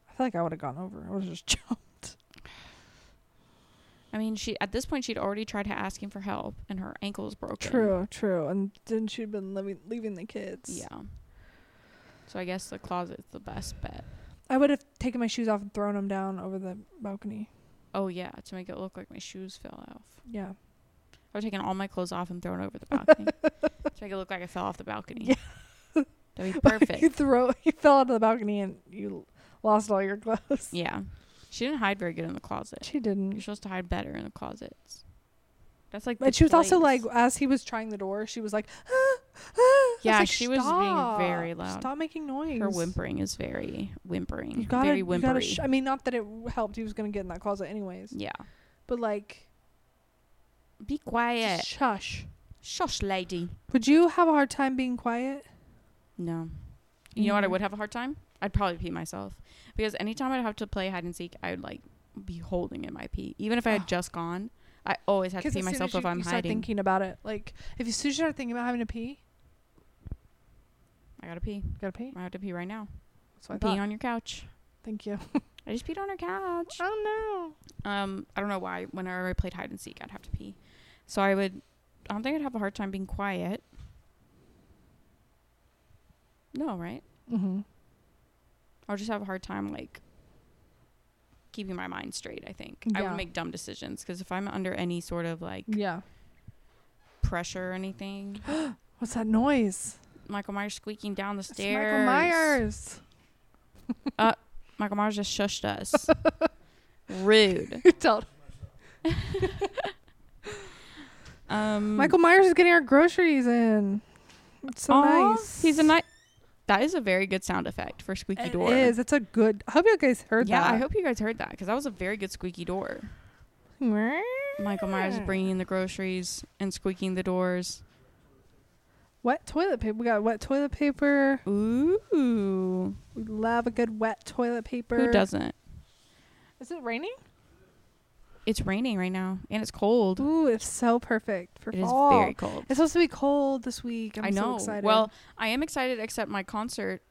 I feel like I would have gone over. I would have just jumped.
I mean, she at this point she'd already tried to ask him for help, and her ankle is broken.
True, true. And then she'd been leaving, leaving the kids.
Yeah. So I guess the closet's the best bet.
I would have taken my shoes off and thrown them down over the balcony.
Oh yeah, to make it look like my shoes fell off.
Yeah.
I've taken all my clothes off and thrown over the balcony to make it look like I fell off the balcony.
Yeah.
That'd be
you
perfect.
throw you fell out of the balcony and you l- lost all your clothes.
yeah. She didn't hide very good in the closet.
She
You're
didn't.
supposed to hide better in the closets. That's like. the
But she was also like,
place.
as he was trying the door, she was like, I
Yeah,
like,
she was being very
"Stop.
loud.
Stop making noise.
Her whimpering is very whimpering.
You gotta,
very
you gotta
whimpery.
sh- I mean, not that it w- helped. He was gonna get in that closet anyways.
yeah.
But like,
Be quiet.
just shush.
Shush, lady.
Would you have a hard time being quiet?
No. You know what I
Mm.
would have a hard time? I'd probably pee myself. Because anytime I'd have to play hide and seek, I would like be holding in my pee. Even if I
Oh.
had just gone, I always had to pee
as soon
myself
as you,
if I'm
you start
hiding.
thinking about it, like if you as soon as you start thinking about having to pee,
I gotta pee.
you gotta pee.
I have to pee right now.
That's
I'm
what I
peeing
thought.
on your couch.
Thank you.
I just peed on her couch.
Oh
Um, I don't know why. Whenever I played hide and seek, I'd have to pee. So I would. I don't think I'd have a hard time being quiet. No, right?
no. Mm-hmm.
I'll just have a hard time like keeping my mind straight. I think I
Yeah.
would make dumb decisions because if I'm under any sort of like
Yeah.
pressure or anything,
What's that noise?
Michael Myers squeaking down the
It's
stairs.
Michael Myers.
Michael Myers just shushed us. Rude.
Tell
Um,
Michael Myers is getting our groceries in. It's so
aw,
nice.
He's a nice. That is a very good sound effect for squeaky
It
door.
is. It's a good. I hope you guys heard
yeah,
that.
I hope you guys heard that because that was a very good squeaky door. Michael Myers is bringing in the groceries and squeaking the doors.
wet toilet paper. We got wet toilet paper.
Ooh,
We love a good wet toilet paper.
who doesn't?
Is it raining?
It's raining right now and it's cold.
Ooh, it's so perfect for
It is
fall.
very cold.
It's supposed to be cold this week. I'm
I know.
so excited.
Well, I am excited, except my concert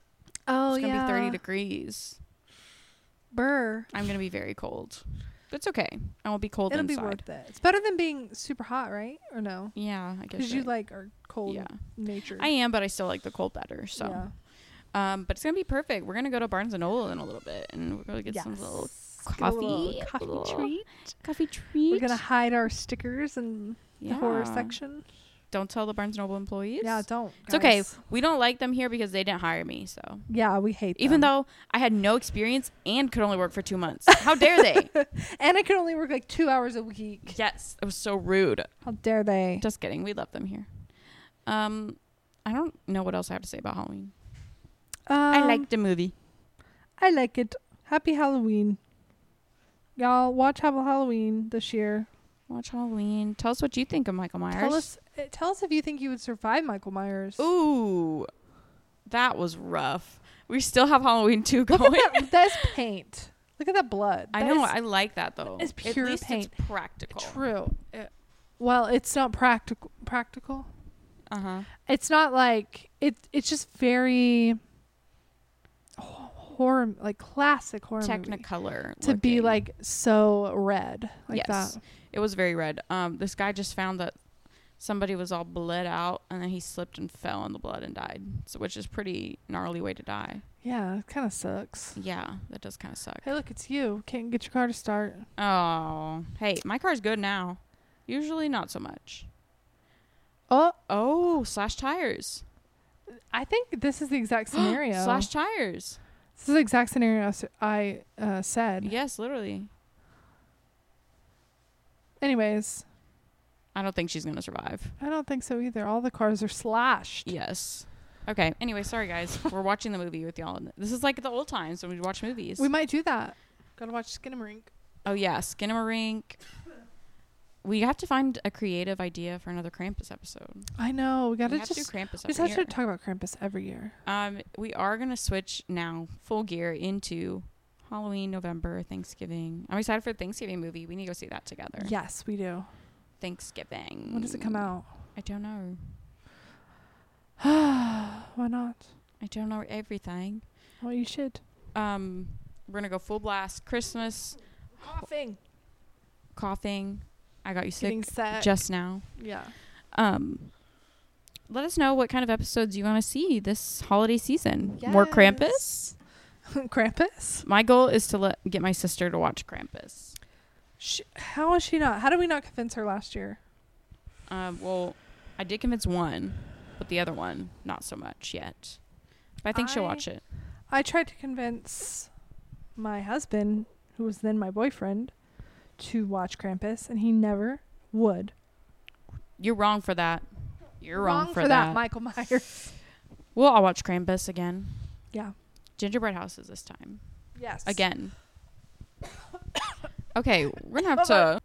oh
is gonna
yeah.
be thirty degrees.
Burr.
I'm gonna be very cold. That's okay. I won't be cold
It'll
inside.
be worth it. It's better than being super hot, right? Or no?
yeah, I guess.
Because you
right.
like are cold
Yeah,
nature.
I am, but I still like the cold better. So, um, but it's gonna be perfect. We're gonna go to Barnes and Noble in a little bit, and we're gonna get some little
Get a little
coffee-
coffee
little
treat.
coffee treat.
We're gonna hide our stickers in the horror
Yeah.
section.
Don't tell the Barnes and Noble employees.
Yeah, don't.
It's okay.
guys.
We don't like them here because they didn't hire me. So
Yeah, we hate.
even
them.
though I had no experience and could only work for two months, how dare they?
and I could only work like two hours a week.
yes, it was so rude.
How dare they?
Just kidding. We love them here. Um, I don't know what else I have to say about Halloween. I
Um,
liked the movie.
I like it. Happy Halloween. Y'all watch Happy Halloween this year.
Watch Halloween. Tell us what you think of Michael Myers.
Tell us uh, tell us if you think you would survive Michael Myers.
Ooh, that was rough. We still have Halloween two going.
Look at that, that's paint. Look at that blood.
I
That
know.
is
I like that though.
is pure
At least
paint.
it's practical.
True. It- Eh, well, it's not practical. Practical.
Uh
Uh-huh.
huh.
It's not like it. It's just very h- horror, like classic horror movie.
Technicolor.
to be
looking.
like so red, like
Yes.
that.
It was very red. Um, this guy just found that somebody was all bled out, and then he slipped and fell in the blood and died. So, which is pretty gnarly way to die.
Yeah, it kind of sucks.
Yeah, that does kind of suck.
Hey, look, it's you. Can't get your car to start.
Oh, hey, my car's good now. Usually not so much.
Oh,
Oh, slash tires.
I think this is the exact scenario.
Slash tires.
This is the exact scenario I s- I uh, said.
Yes, literally.
Anyways,
I don't think she's gonna survive.
I don't think so either. All the cars are slashed.
Yes. Okay. Anyway, sorry guys. We're watching the movie with y'all. This is like the old times when we watch movies.
We might do that. Gotta watch Skinamarink.
Oh yeah, Skinamarink. We have to find a creative idea for another Krampus episode.
I know. We gotta
we have
just.
to do Krampus
we just have
every year.
to talk about Krampus every year.
um, we are gonna switch now full gear into Halloween, November, Thanksgiving. I'm excited for the Thanksgiving movie. We need to go see that together.
Yes, we do.
Thanksgiving.
When does it come out?
I don't know.
Why not?
I don't know everything.
Well, you should.
Um, we're gonna go full blast. Christmas
Coughing.
coughing. I got you sick
Getting set.
just now.
yeah.
Uh, um let us know what kind of episodes you want to see this holiday season. More Krampus?
Krampus?
My goal is to let get my sister to watch Krampus.
She, how is she not? How did we not convince her last year?
Um, well, I did convince one, but the other one not so much yet. But I think she'll
I-
watch it.
I tried to convince my husband, who was then my boyfriend, to watch Krampus, and he never would.
You're wrong for that. You're wrong, for, that.
Michael Myers.
well, I'll watch Krampus again.
Yeah.
Gingerbread houses this time.
Yes.
Again. okay, we're gonna have
Love
to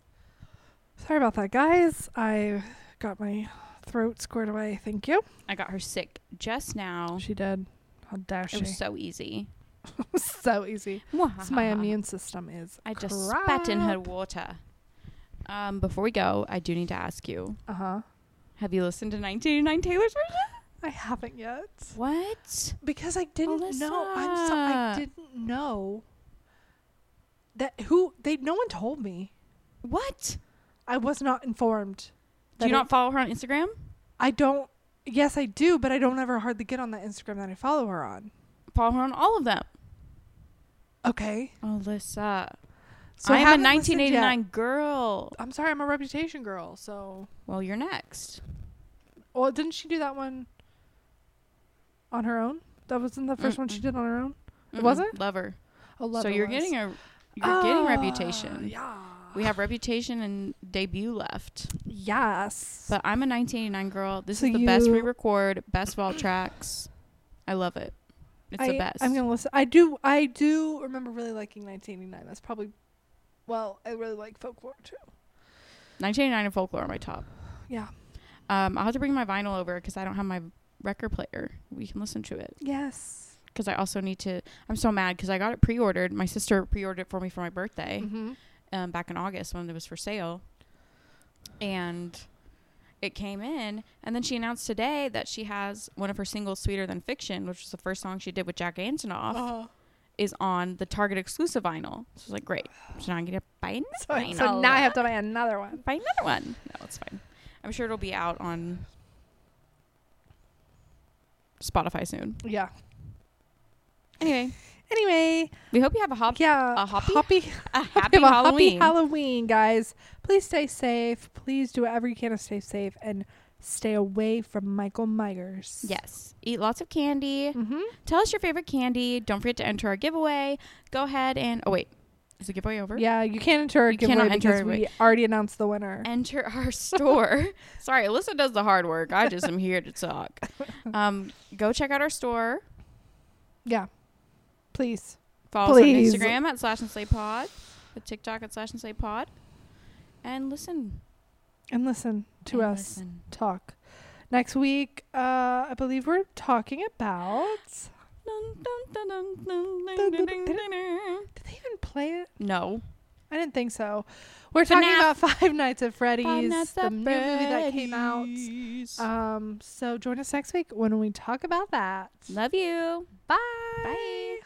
Sorry about that, guys. I got my throat squared away. Thank you.
I got her sick just now.
She did. How dare
It
she?
was so easy.
so easy. So my immune system is.
Uh-huh. I just spat in her water. Um, before we go, I do need to ask you:
Uh huh.
Have you listened to 1989 Taylor's version?
I haven't yet
What?
because I didn't know. I'm so I
Alyssa.
didn't know that who they. No one told me.
What?
I was not informed.
Do
that
you not
it-
follow her on Instagram?
I don't. Yes, I do, but I don't ever hardly get on that Instagram that I follow her on.
Follow her on all of them.
Okay.
Alyssa,
So Oh, I
I'm a
haven't listened yet.
1989 girl.
I'm sorry. I'm a reputation girl. So.
Well, you're next.
Well, didn't she do that one on her own? That wasn't the 1st one she
Mm-mm.
did on her own.
Mm-mm,
wasn't?
Mm-hmm. lover.
Oh, love
so
it
you're
was.
getting a you're getting
Ah,
reputation.
Yeah.
We have reputation and debut left.
yes.
But I'm a 1989 girl. This
So
is the best
you-
re-record, best of all tracks. I love it. It's
I,
the best.
I'm gonna listen. I do. I do remember really liking 1989. That's probably. Well, I really like folklore too.
1989 and folklore are my top.
Yeah.
Um, I'll have to bring my vinyl over because I don't have my record player. We can listen to it
Yes.
because I also need to. I'm so mad because I got it pre-ordered. My sister pre-ordered it for me for my birthday
Mm-hmm.
um, back in August when it was for sale, and it came in. And then she announced today that she has one of her singles, "Sweeter Than Fiction," which was the first song she did with Jack Antonoff.
Oh,
is on the Target exclusive vinyl. So it's like, great. So now I'm going to buy another,
so, I- so
Vinyl.
now I have to buy another one.
buy another one. No, it's fine. I'm sure it'll be out on Spotify soon.
Yeah.
Anyway,
Anyway,
we hope you have a hop,
yeah.
a hoppy,
Hoppy
a
Happy
happy
a
Halloween.
Happy Halloween, guys. Please stay safe. Please do whatever you can to stay safe and stay away from Michael Myers.
yes. Eat lots of candy.
Mm-hmm.
Tell us your favorite candy. Don't forget to enter our giveaway. Go ahead and, oh, wait. Is the giveaway over?
Yeah, you can't enter our
You
giveaway
cannot enter
because
our
we
giveaway.
already announced the winner.
enter our store. Sorry, Alyssa does the hard work. I just am here to talk. Um, go check out our store.
yeah. Please.
Follow
Please.
us on Instagram at slash and slay pod, at TikTok at slash and slay pod, and listen
And listen to
and
us
listen.
talk. Next week, uh, I believe we're talking about.
Dun, dun, dun, dun, dun, dun, dun, dun, dun, dun.
Did they even play it?
No,
I didn't think so. We're
But
talking
now-
about Five Nights at Freddy's,
Five Nights
the
at
new movie that came out.
Freddy's.
Um, so join us next week when we talk about that.
Love you.
Bye.
Bye.